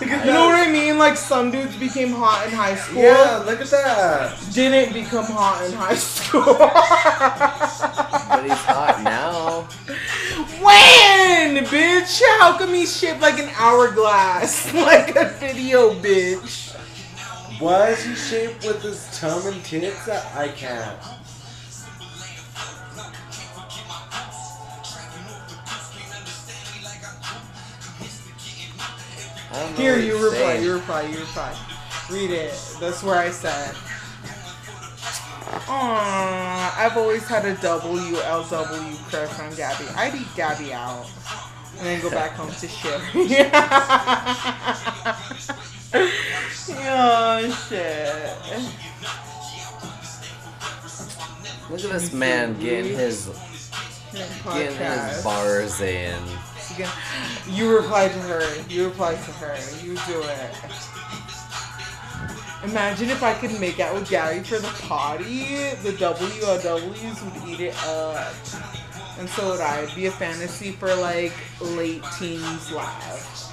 You know what I mean? Like some dudes became hot in high school, Yeah, look at that. didn't become hot in high school. But he's hot now. when, bitch? How come he's shaped like an hourglass, like a video, bitch? Why is he shaped with his tongue and tits? I I can't. I don't know Here, what you he's reply, saying. you reply, you reply. Read it. That's where I said. Aw, I've always had a WLW crush on Gabby. I'd eat Gabby out and then go back home to shit. oh shit. Look at this man getting his getting his Podcast. bars in. You can- You reply to her. You reply to her. You do it. Imagine if I could make out with Gary for the potty. The WLWs would eat it up. And so would I. It'd be a fantasy for like late teens live.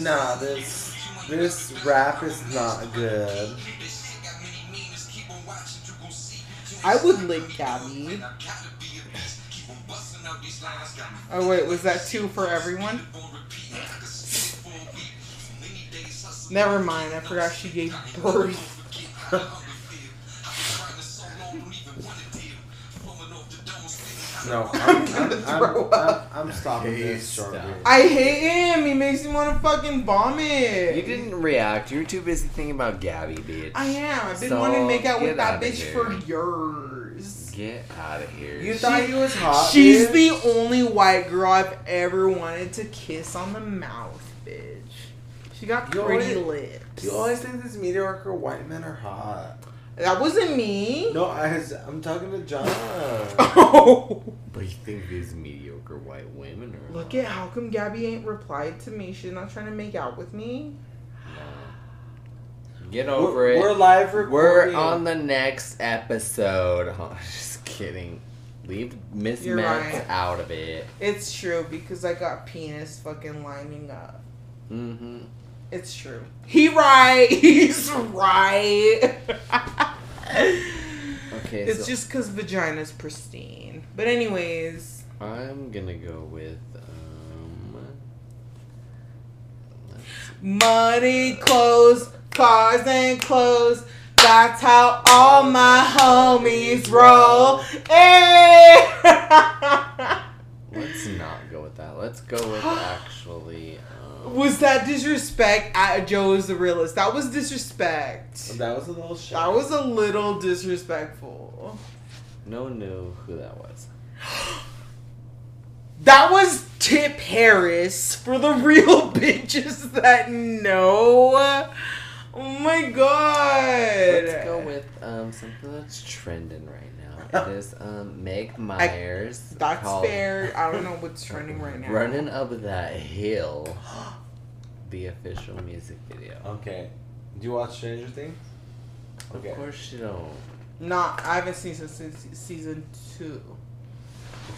Nah, this this rap is not good. I would lick Gabby. Oh wait, was that two for everyone? Never mind, I forgot she gave birth. No, I'm, I'm, I'm, throw I'm, I'm, I'm stopping this Please short. stop. here. I hate him. He makes me want to fucking vomit. You didn't react. You were too busy thinking about Gabby, bitch. I am. I've been So, wanting to make out with get that outta here. bitch for years. Get out of here. You thought you was hot. She's bitch? the only white girl I've ever wanted to kiss on the mouth, bitch. She got You pretty always- lips. You always think these mediocre white men are hot. that wasn't me. No, I was, I'm talking to John. Oh. but you think these mediocre white women are Look at how come Gabby ain't replied to me. She's not trying to make out with me. Get we're, over it. we're live recording. We're on the next episode. Oh, just kidding. Leave Miss You're Max right. out of it. It's true because I got penis fucking lining up. Mm-hmm. It's true. He right. He's right. Okay, it's so just because vagina's pristine. But anyways, I'm gonna go with um. money, clothes, cars, and clothes. That's how all my homies roll. Eh. Hey! Let's not go with that. Let's go with actually. Um, was that disrespect? I, Joe is the realist. That was disrespect. That was a little shit. That was a little disrespectful. no one knew who that was. That was Tip Harris for the real bitches that know. Oh my god. Let's go with um something that's trending right now. It is um Meg Myers. That's called fair. I don't know what's trending right now. Running up that hill. The official music video. Okay. Do you watch Stranger Things? Okay. Of course you don't. Nah, I haven't seen since since season two.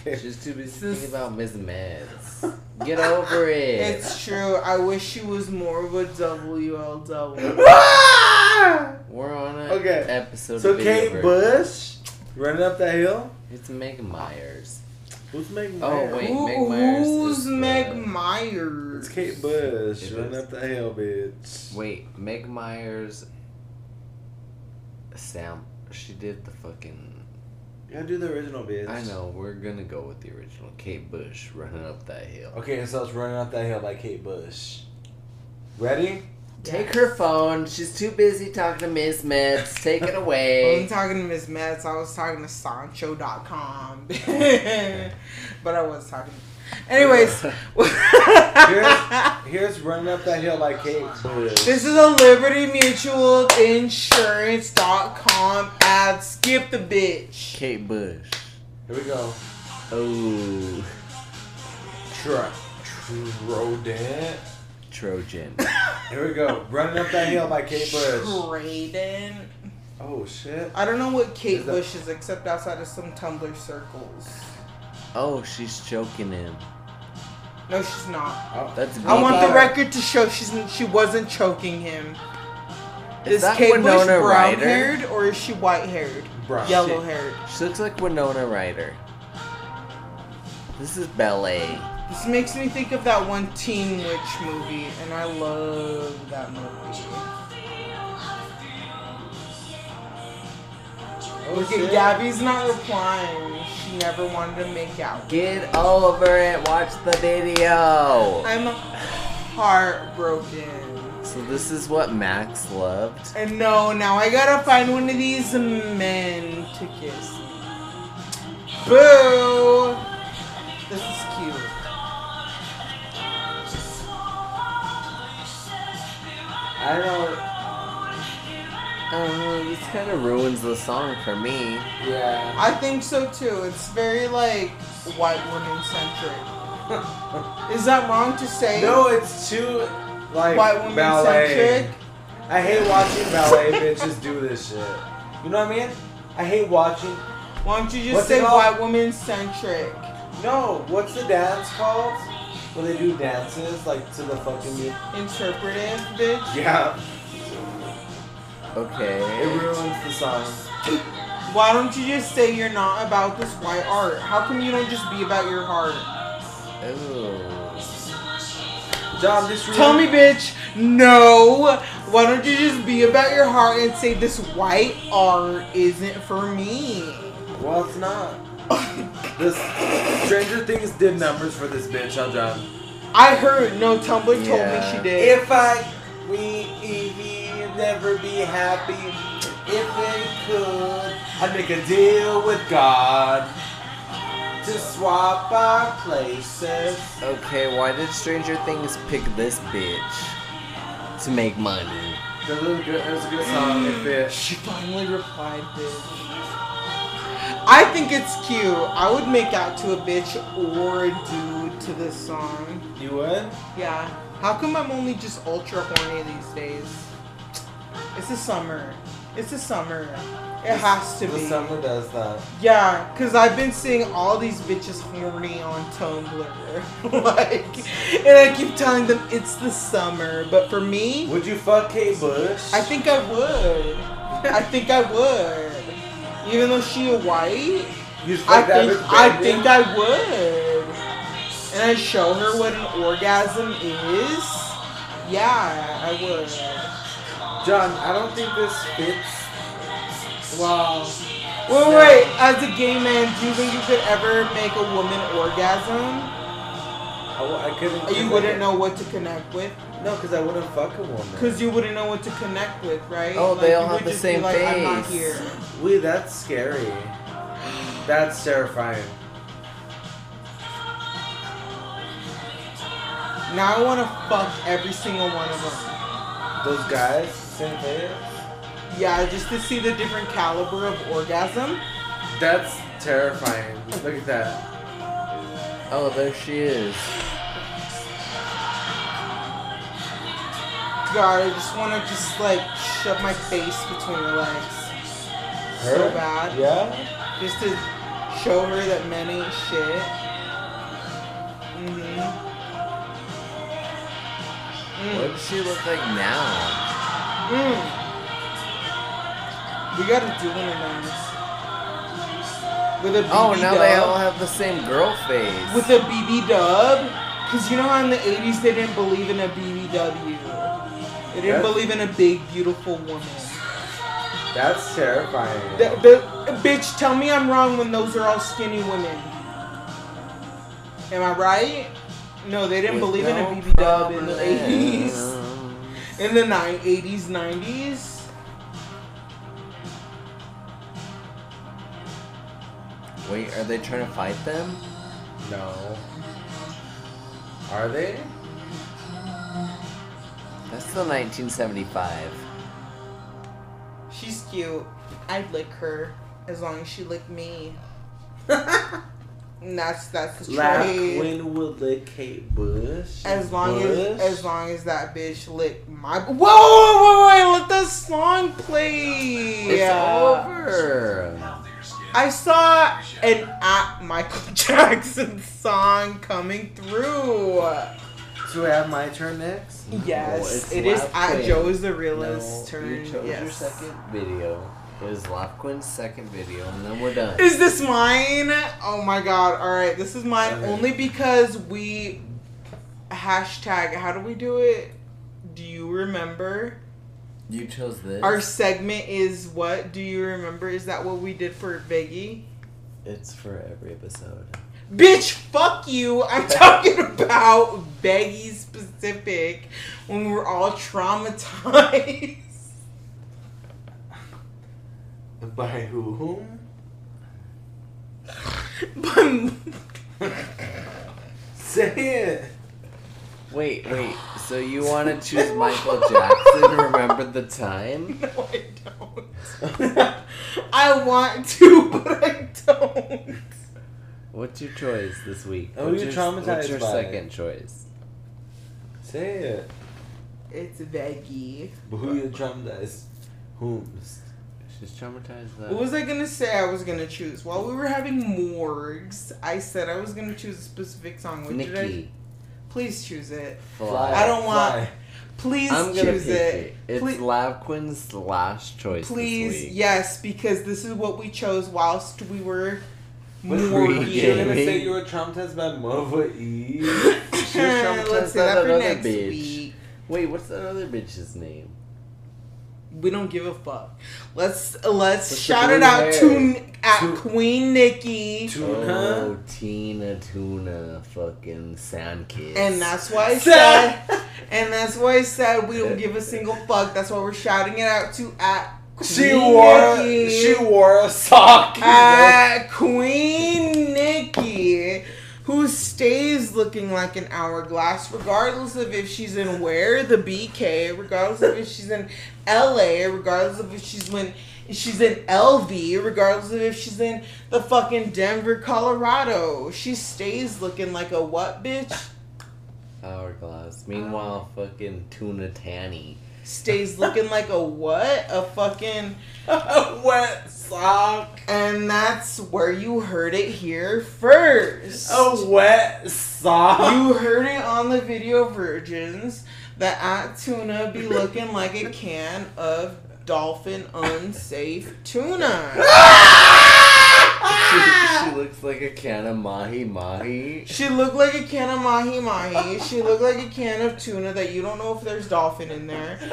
She's too busy thinking about Miss Meds. Get over it. It's true. I wish she was more of a WLW. Ah! We're on an Okay. episode. So video Kate version. Bush running up that hill. It's Meg Myers. Who's Meg Oh, Myers? wait. Who- Meg Myers who's is Meg the- Myers? It's Kate Bush It running is. up that hill, bitch. Wait, Meg Myers. Sam, she did the fucking. You gotta do the original, bitch. I know. We're gonna go with the original. Kate Bush running up that hill. Okay, so it's running up that hill by Kate Bush. Ready? Take her phone. She's too busy talking to Miss Meds. Take it I was away. talking to Miss Metz. I was talking to Sancho.com. but I was talking. Anyways. Here's, here's running up that hill by Kate Bush. This is a Liberty Mutual Insurance.com ad. Skip the bitch. Kate Bush. Here we go. Oh, Truck. Rodent. Trojan. Here we go. Running up that hill by Kate Bush. Braden. Oh shit. I don't know what Kate Is that- Bush is except outside of some Tumblr circles. Oh, she's choking him. No, she's not. Oh, That's I want the Beaver. record to show she's she wasn't choking him. Is Is that Kate Bush Winona brown Ryder? haired or is she white haired? Brown. Yellow haired. She looks like Winona Ryder. This is ballet. This makes me think of that one Teen Witch movie, and I love that movie. oh, Oh, Look at shit. Gabby's not replying. She never wanted to make out. Get over it. Watch the video. I'm heartbroken. So this is what Max loved. And no, now I gotta find one of these men to kiss. Boo! This is cute. I don't. Uh, this kind of ruins the song for me. Yeah. I think so too. It's very like white woman centric. Is that wrong to say? No, it's too like white woman ballet. centric. I hate watching ballet bitches do this shit. You know what I mean? I hate watching. Why don't you just What's it say called? white woman centric? No, what's the dance called? When they do dances like to the fucking music. Interpretive, bitch. Yeah, it Okay. ruins the song. Why don't you just say you're not about this white art? How come you don't just be about your heart? Ooh. John, this ruins. Tell me, bitch. No. Why don't you just be about your heart and say this white art isn't for me? Well, it's not. this Stranger Things did numbers for this bitch, huh, John? I heard. No, Tumblr Yeah. told me she did. If I, we, Evie, never be happy. If we could, I'd make a deal with God to swap our places. Okay, why did Stranger Things pick this bitch to make money? It was a good, it was a good song. It fit. She finally replied, bitch. I think it's cute. I would make out to a bitch or a dude to this song. You would? Yeah. How come I'm only just ultra horny these days? It's the summer. It's the summer. It has to The be. summer does that. Yeah, because I've been seeing all these bitches horny on Tumblr. like, and I keep telling them it's the summer. But for me, Would you fuck Kate Bush? I think I would. I think I would. Even though she a white, You'd fuck I that think bitch I back think then? I would. And I show her what an orgasm is. Yeah, I would. John, I don't think this fits. Wow. Wait, wait, wait. As a gay man, do you think you could ever make a woman orgasm? I, w- I couldn't. You wouldn't know what to connect with, No, because I wouldn't fuck a woman. cause you wouldn't know what to connect with, right? Oh, they you all have would the just be same I'm not face. here. Wait, that's scary. That's terrifying. Now I want to fuck every single one of them. Those guys, same thing. Yeah, just to see the different caliber of orgasm. That's terrifying. Look at that. Oh, there she is. God, I just want to just like shove my face between her legs, so bad. Yeah. just to show her that men ain't shit. hmm What does she look like now? Mm. We gotta do one of those with a BB Oh, now dub. they all have the same girl face. with a BB dub, cause you know how in the '80s they didn't believe in a BBW. They didn't That's- believe in a big beautiful woman. That's terrifying. The, the bitch, tell me I'm wrong when those are all skinny women. Am I right? No, they didn't With believe no in a BB dub in the problem. eighties, in the nine eighties, nineties. Wait, are they trying to fight them? no. Are they? That's the 1975. She's cute. I'd lick her as long as she licked me. and that's that's the Laugh trade. when will the Kate Bush? As long Bush? as as long as that bitch licked my. Whoa, whoa, whoa! whoa, Let the song play. It's over. I saw an at Michael Jackson song coming through. Do I have my turn next? Yes, it's it is Laugh at Quinn. Joe is the No, realist turn. you chose yes. your second video. It was Lachlan's second video, and then we're done. Is this mine? Oh my god! All right, this is mine Okay. only because we hashtag. How do we do it? Do you remember? You chose this. Our segment is what? Do you remember? Is that what we did for Biggie? It's for every episode. Bitch, fuck you! I'm talking about Beggy specifically. Pacific when we were all traumatized. By whom? But- Say it. Wait, wait. So you want to choose Michael Jackson? Remember the time? no, I don't. I want to, but I don't. What's your choice this week? Oh, what's you're your, What's traumatized your by it. second choice? Say it. It's veggie. But who you traumatized? Whom's? She's traumatized. What was I gonna say I was gonna choose? While we were having morgues, I said I was gonna choose a specific song. What did I? Nikki? Please choose it. Fly. I don't want- Fly. Please I'm gonna choose pick it. it. It's Please- Lavquin's last choice. this Please, week. yes, because this is what we chose whilst we were What Morgan. you were gonna morguing. Pre-gaming. say you were traumatized by Mova E? Let's say that that for other next bitch. week. Wait, what's that other bitch's name? We don't give a fuck. Let's let's With the shout blue it out hair. to N- at To- Queen Nikki, Oh, Tuna. Tina Tuna, fucking sand kiss. and that's why I Sa- said, and that's why I said we don't give a single fuck. That's why we're shouting it out to at She Queen wore Nikki. she wore a sock. Ah. at Queen Nikki, who stays looking like an hourglass, regardless of if she's in where the BK, regardless of if she's in LA, regardless of if she's when she's in LV, regardless of if she's in the fucking Denver, Colorado. She stays looking like a what bitch? Hourglass. Meanwhile, Um. fucking Tuna Tanny. Stays looking like a what? A fucking wet sock. and that's where you heard it here first. A wet sock. You heard it on the video virgins that at tuna be looking like a can of dolphin unsafe tuna. She, she looks like a can of mahi mahi. She looked like a can of mahi mahi. She looked like a can of tuna that you don't know if there's dolphin in there. She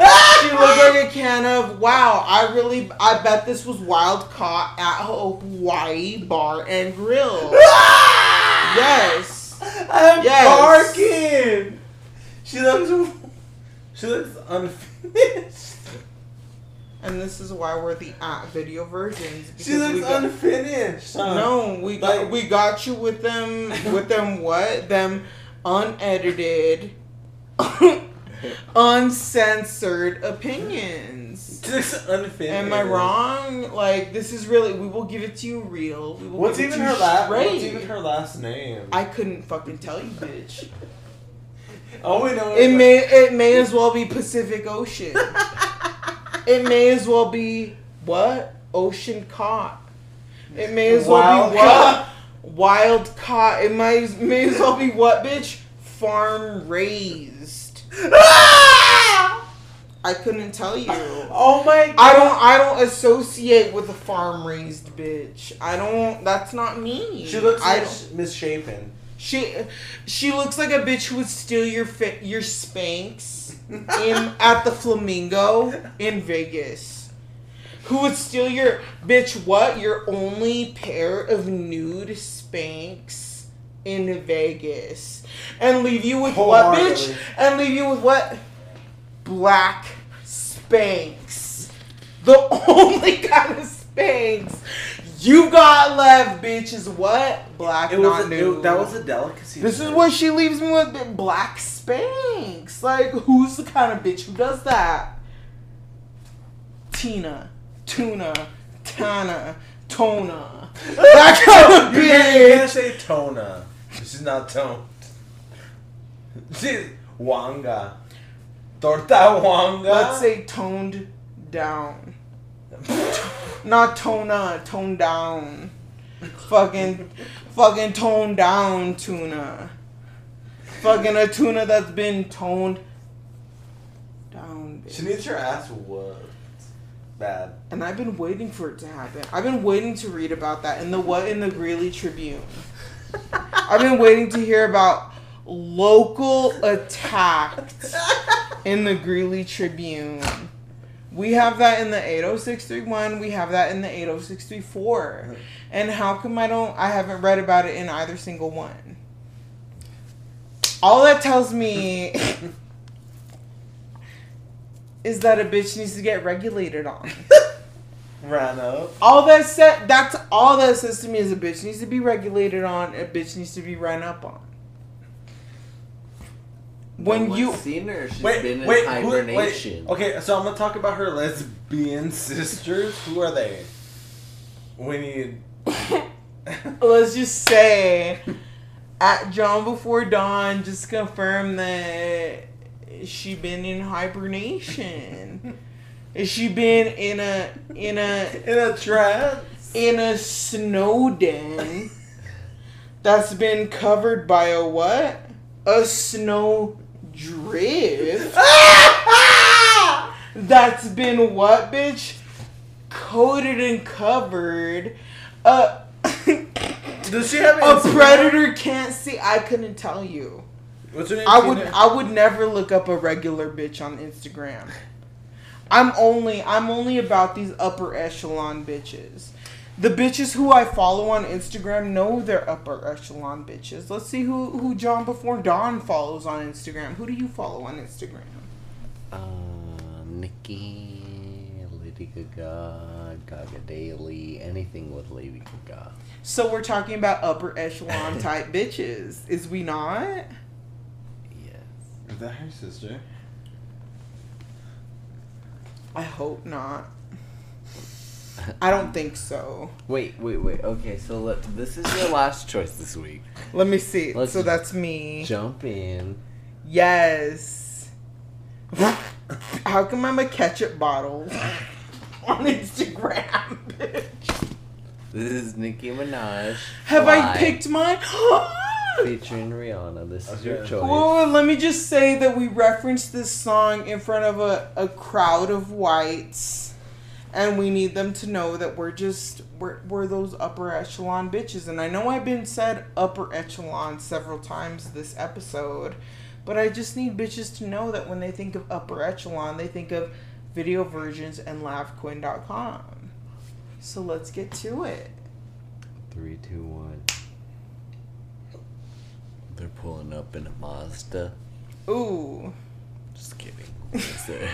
looked like a can of wow. I really, I bet this was wild caught at a Hawaii bar and grill. Yes. I'm Yes. barking. She looks she looks unfinished. And this is why we're the at video virgins. She because we looks got- unfinished. huh? No, we got, Like- we got you with them with them what them unedited, uncensored opinions. She looks unfinished. Am I wrong? Like this is really we will give it to you real. We will What's give it even to you her last? What's straight. even her last name? I couldn't fucking tell you, bitch. oh, we know It may it may as well be Pacific Ocean. it may as well be what ocean caught. It may as Wild well be what wild caught. It might as- may as well be what bitch farm raised. I couldn't tell you. Oh my god! I don't. I don't associate with a farm raised bitch. I don't. That's not me. She looks I don't- mis- misshapen. she she looks like a bitch who would steal your fa- your Spanx in at the Flamingo in Vegas. Who would steal your bitch what? Your only pair of nude Spanx in Vegas and leave you with what bitch? Wholeheartedly. And leave you with what? Black Spanx. The only kind of Spanx you got left, bitch, is what? Black It not was a, nude. it, that was a delicacy. This to is her. what she leaves me with bi- black spanks. Like, who's the kind of bitch who does that? Tina, Tuna, Tana, Tona. That kind of You can't, you can't bitch. say Tona. She's not toned. She's Wanga. Torta Wanga. Let's say toned down. Not Tona, toned down. Fucking, fucking toned down tuna. Fucking a tuna that's been toned down. Bitch. She needs her ass whooped. Bad. And I've been waiting for it to happen. I've been waiting to read about that in the What in the Greeley Tribune. I've been waiting to hear about local attacked in the Greeley Tribune. We have that in the 80631. We have that in the 80634. And how come I don't? I haven't read about it in either single one. All that tells me is that a bitch needs to get regulated on. Ran up. all that said, that's all that says to me is a bitch needs to be regulated on. A bitch needs to be ran up on. When you seen her, she's Wait, been in wait, who, hibernation. wait. Okay, so I'm gonna talk about her lesbian sisters. Who are they? We need. let's just say at John Before Dawn just confirmed that she been in hibernation. she been in a in a In a trance. in a snow den that's been covered by a what? A snow drift. that's been what, bitch? Coated and covered. Uh, Does she have a Instagram? predator can't see. I couldn't tell you. What's her name? I would Tina? I would never look up a regular bitch on Instagram. I'm only I'm only about these upper echelon bitches. The bitches who I follow on Instagram know they're upper echelon bitches. Let's see who who John before Dawn follows on Instagram. Who do you follow on Instagram? Um, Nikki, Lady Gaga, Gaga Daily, anything with Lady Gaga. So we're talking about upper echelon type bitches, is we not? Yes. Is that her sister? I hope not. I don't think so. Wait, wait, wait. Okay, so let, this is your last choice this week. Let me see. Let's so that's me. Jump in. Yes. How come I'm a ketchup bottle on Instagram, bitch? This is Nicki Minaj. Have Fly, I picked mine? featuring Rihanna? This is your Okay. choice. Whoa, let me just say that we referenced this song in front of a, a crowd of whites, and we need them to know that we're just, we're, we're those upper echelon bitches. And I know I've been said upper echelon several times this episode, but I just need bitches to know that when they think of upper echelon, they think of video versions and laughquinn.com. So let's get to it. Three, two, one. They're pulling up in a Mazda. Ooh. Just kidding. It's there.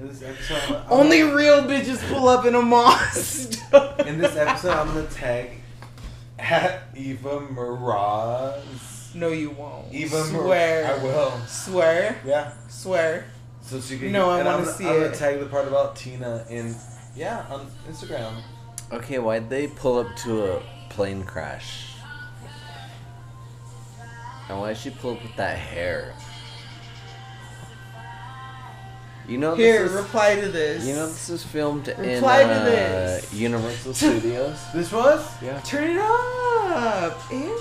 In this episode, I'm gonna- Only real bitches pull up in a Mazda. in this episode, I'm gonna tag at Eva Miraz. No, you won't. Eva swear, Miraz. I will. swear, Yeah. swear. So she can. No, I and I'm wanna gonna- see I'm it. gonna tag the part about Tina in. Yeah, on Instagram. Okay, why'd they pull up to a plane crash? And why'd she pull up with that hair? You know Here, this is, reply to this. you know this is filmed in Reply to uh, this. Universal Studios. This was. Yeah. turn it up. Ew.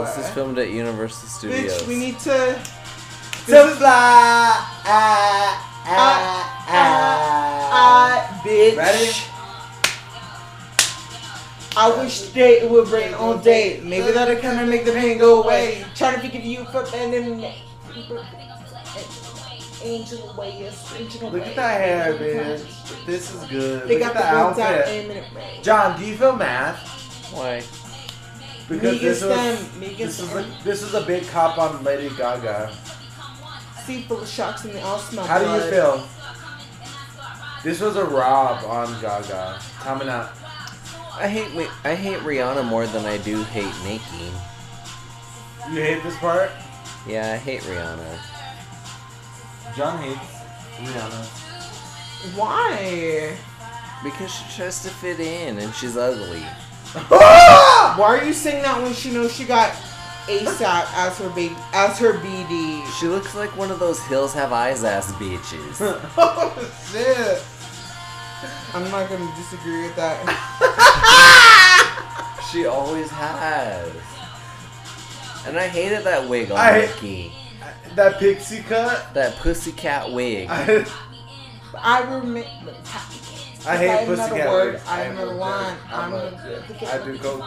This is filmed at Universal Studios. Bitch, we need to. To fly. Ah, ah, ah, Ah, bitch. Ready? I wish they would rain all day. Maybe that'll kind of make the pain go away. Trying to figure you for and then angel way, angel Look at that hair, bitch. This is good. They Look got the at wheels the out outfit. aiming at me. John, do you feel mad? Why? Because this Megan was Stan, Megan this is Stan. a, this is a big cop on Lady Gaga. See full of sharks and they all smell Oh, How do you blood. feel? This was a rob on Gaga. Time and out. I hate Wi- I hate Rihanna more than I do hate Nicki. You hate this part? Yeah, I hate Rihanna. John hates Rihanna. Why? Because she tries to fit in and she's ugly. Ah! Why are you saying that when she knows she got ASAP as her baby as her BD? She looks like one of those hills have eyes ass bitches. oh shit! I'm not gonna disagree with that. she always has. And I hated that wig on I- Nikki. That pixie cut. That pussycat wig. I, I remember. I hate another pussycat word, wigs. I'm a- a line, I'm a- a- I do coke.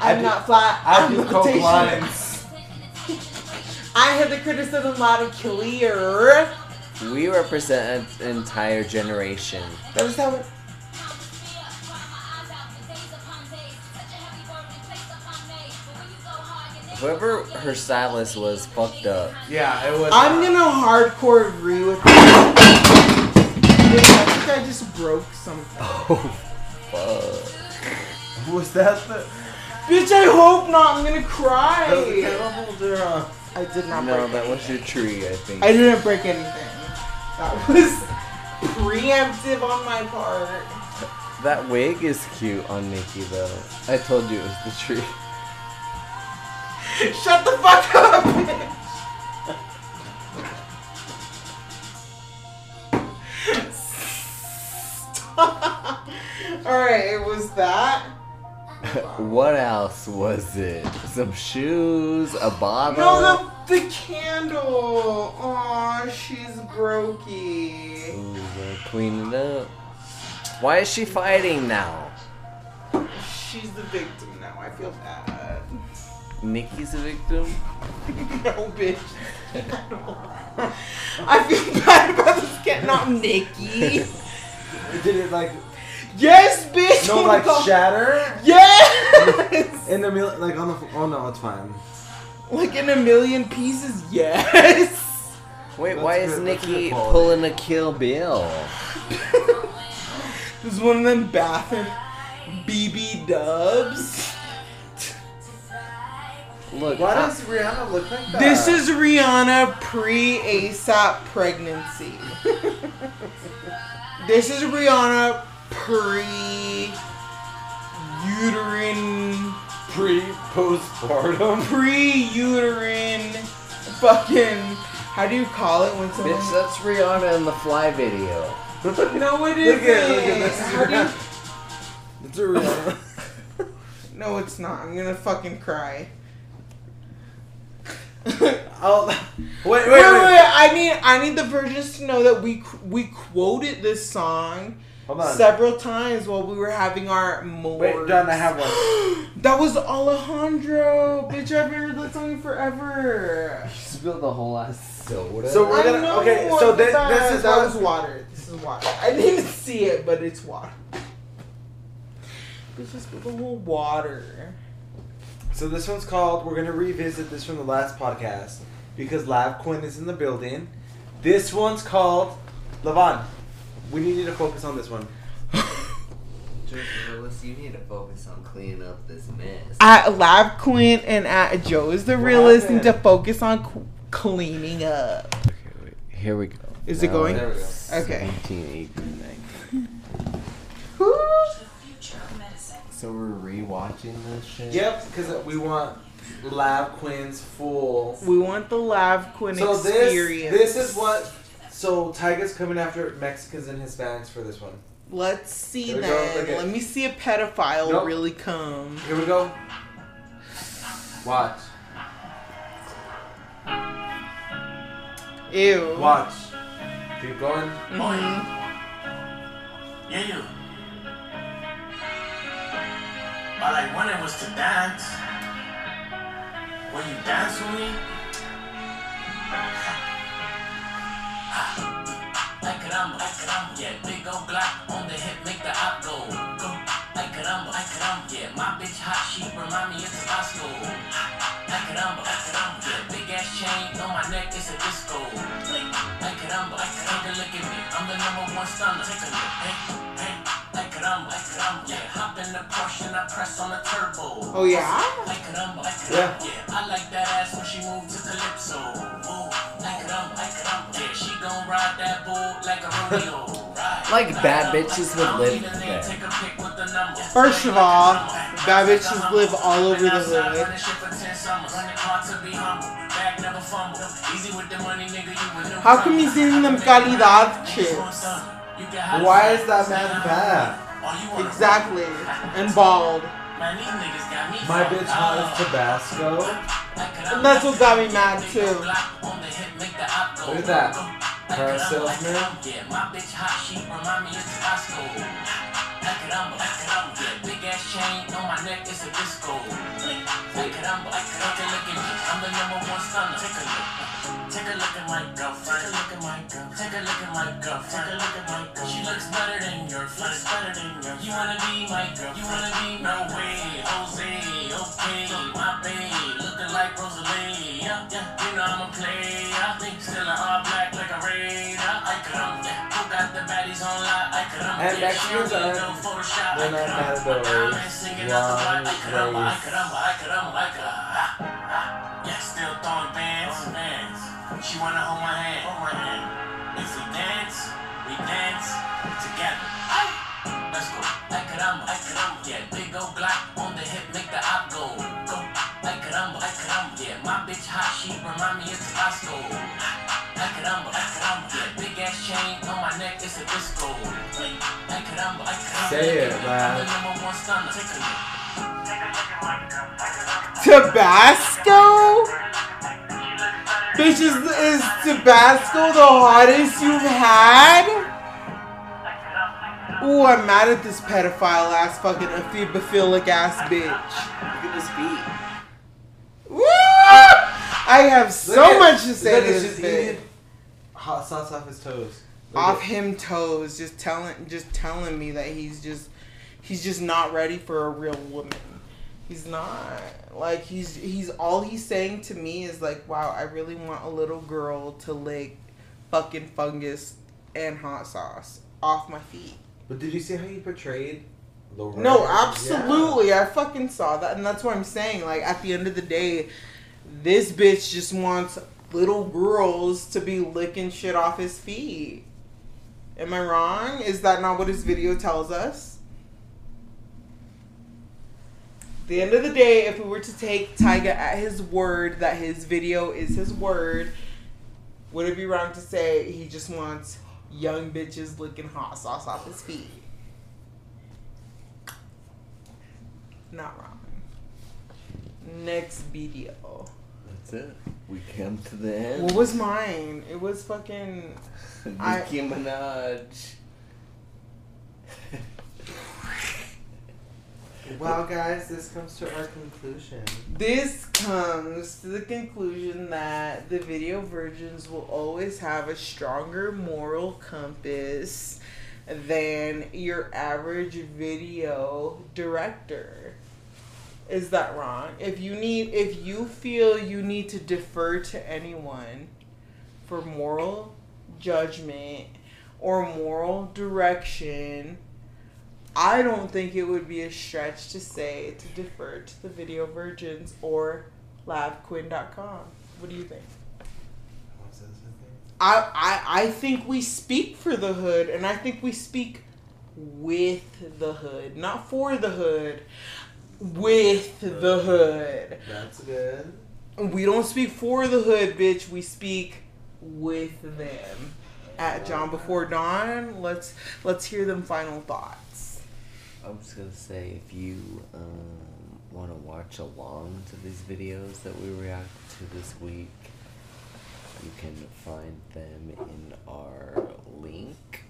I I'm do- not fly. I am do coke lines. I had the criticism loud and clear. We represent an entire generation. That was how. Whoever her stylist was fucked up. Yeah, it was. I'm gonna hardcore agree with you. I think I just broke something. Fuck. was that the? Bitch, I hope not. I'm gonna That was the cry. cannibal there, huh? I did not No, break that anything. was your tree, I think. I didn't break anything. That was preemptive on my part. That wig is cute on Nikki though. I told you it was the tree. Shut the fuck up, bitch. Stop. Alright, it was that. What else was it? Some shoes, a bottle. No, the, the candle. Aw, she's brokey. Ooh, gotta clean it up. Why is she fighting now? She's the victim now. I feel bad. Nikki's a victim? No, bitch. No. I feel bad about this cat. Not Nikki. Did it like yes, bitch. no Oh my like God. shatter? Yes. In the mil- like on the oh no, it's fine. like in a million pieces. Yes. Wait, That's why good- is that's good Nikki quality. pulling a Kill Bill? This is one of them bathroom BB dubs. Look, Why I- does Rihanna look like that? This is Rihanna pre ASAP pregnancy. this is Rihanna pre uterine, pre postpartum. pre uterine fucking. How do you call it when someone? bitch, that's Rihanna in the Fly video. no, Look at- it isn't. look at this is How do you- It's a Rihanna. No, it's not. I'm gonna fucking cry. I'll, Oh, wait, wait, wait, wait, wait. I need I need the virgins to know that we we quoted this song Hold on. several times while we were having our Wait, more. John, I have one. That was Alejandro, bitch! I've heard that song forever. Spilled the whole ass soda. So we're I gonna know okay. So but thi- that, this is that what was water. This is water. I didn't see it, but it's water. This is the whole water. So this one's called. We're gonna revisit this from the last podcast because Lav Quinn is in the building. This one's called Levon. We need you to focus on this one. you need to focus on cleaning up this mess. at Lab Quinn and at Joe is the What realist need to happened? focus on c- cleaning up. Okay, wait. Here we go. Is it going? Uh, There we go. Okay. 17, 18, 19. So we're rewatching this shit. Yep, because we want Lav Quinn's full. We want the Lab Quinn So this experience. this is what. So Tyga's coming after Mexicans and Hispanics for this one. Let's see Here we go, then. look at- Let me see a pedophile Nope. really come. Here we go. Watch. Ew. Watch. Keep going. Mhm. Mm-hmm. Yeah. All I wanted was to dance. Will you dance with me? Ay, caramba, ay, caramba, yeah. Big old Glock on the hip, make the op go. Go. Ay, caramba, ay, caramba, yeah. My bitch hot, she remind me it's Osco. Ay, caramba, ay, caramba, yeah. Big ass chain on my neck, it's a disco. Ay, caramba, ay, caramba, look at me. I'm the number one stunner. Take a look, hey, hey. Ay, caramba, ay, caramba, yeah. Hop in the Porsche and I press on the turbo. Oh yeah. Ay, caramba, ay, Yeah. caramba, yeah. I like that ass when she moved to Calypso. Ooh, ay, caramba, ay, caramba, yeah. She gon' ride that bull like a rodeo. Ride, Like ay, bad caramba, bitches ay, would caramba. live Even they there. take a pic with the number. First of all, bad bitches live all over the Outside, hood. running shit for 10 summers. Running hard to be humble. Bag never fumble. Easy with the money, nigga, you a new How come comer. he's eating them calidad chips? You can have Why sex, is that say man hi. bad? All you wanna- Exactly. And bald. Man, these niggas got me My fucked bitch hot up. is Tabasco. And that's what got me mad, too. Look at Look at that. Car salesman. Yeah, my bitch hot, she remind me it's Costco. Like it up, like it up, yeah. Big ass chain on my neck, it's a disco. Like it up, like it up, yeah, look at me. I'm the number one stunner. Take a look. Take a look at my girlfriend. Take a look at my girl. Take a look at my girlfriend. Take a look at my girl. She looks better than your friend. Looks better than your You wanna be my girl. You wanna be no way. Jose, okay, my babe. Looking like player. Still an all black like a raider. I could um, yeah. Who got the baddies on lock? I could um, And yeah. Mexicans Shoot, aren't- no Photoshop. I they're could not um, matadors. I'm singing out the block. I could um, I Wrong could um, I could um, I could um, ah, ah. Yeah, still throwing bands. bands. She wanna hold my hand. Hold my hand. If we dance, we dance together. Let's go. Ay caramba, ay caramba, yeah. Big old Glock on the hip, make the op go. Go. Ay caramba, ay caramba, yeah. My bitch hot, she remind me of Tabasco. Ay caramba, ay caramba, yeah. Big ass chain on my neck, it's a disco. Ay caramba, ay caramba. Say it, yeah. man. I'm the number one stunner. Take a look. Tabasco? Bitch, is, is Tabasco the hottest you've had? Ooh, I'm mad at this pedophile ass fucking amphibophilic ass bitch. Look at this beat. Woo! I have so Look at- much to say look, to it's this just bitch. eating Hot sauce off his toes. Look Off at- him toes, just telling, just telling me that he's just, he's just not ready for a real woman. He's not like he's he's all he's saying to me is like, wow, I really want a little girl to lick fucking fungus and hot sauce off my feet. But did you see how he portrayed? Loretta? No, Yeah. absolutely. I fucking saw that, and that's what I'm saying. Like at the end of the day, this bitch just wants little girls to be licking shit off his feet. Am I wrong? Is that not what his video tells us? At the end of the day, if we were to take Tyga at his word that his video is his word, would it be wrong to say he just wants young bitches licking hot sauce off his feet? Not wrong. Next video. That's it. We come to the end. What was mine? It was fucking. I- Nicki Minaj. Well, guys, this comes to our conclusion. This comes to the conclusion that the video virgins will always have a stronger moral compass than your average video director. Is that wrong? If you need if you feel you need to defer to anyone for moral judgment or moral direction, I don't think it would be a stretch to say to defer to the Video Virgins or LabQuinn.com. What do you think? What was this again? I, I, I think we speak for the hood, and I think we speak with the hood, not for the hood, with the hood. That's good. We don't speak for the hood, bitch. We speak with them. At John Before Dawn, let's let's hear them final thoughts. I'm just gonna say if you um, want to watch along to these videos that we react to this week, you can find them in our link.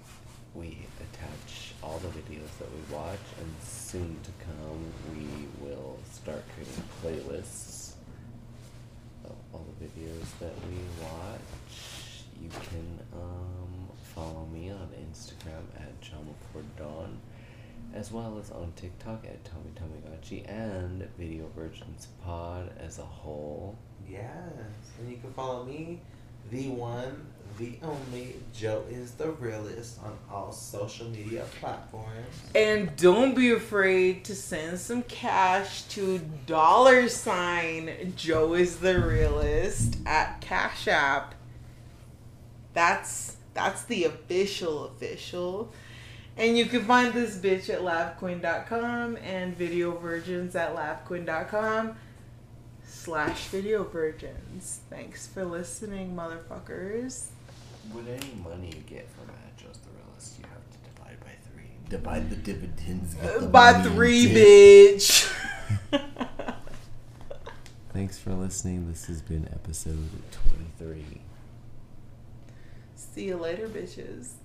We attach all the videos that we watch, and soon to come, we will start creating playlists of all the videos that we watch. You can um, follow me on Instagram at John Before Dawn as well as on TikTok at Tommy Tamagotchi and Video Virgins Pod as a whole. Yes, and you can follow me, the one, the only Joe is the realest on all social media platforms. And don't be afraid to send some cash to dollar sign Joe is the realist at Cash App. That's that's the official official. And you can find this bitch at labqueen.com and video virgins at labqueen.com slash video virgins. Thanks for listening, motherfuckers. With any money you get from Ad Just the Realist, you have to divide by three. Divide the dividends. Get the Uh, By money you three, get. bitch. Thanks for listening. This has been episode 23. See you later, bitches.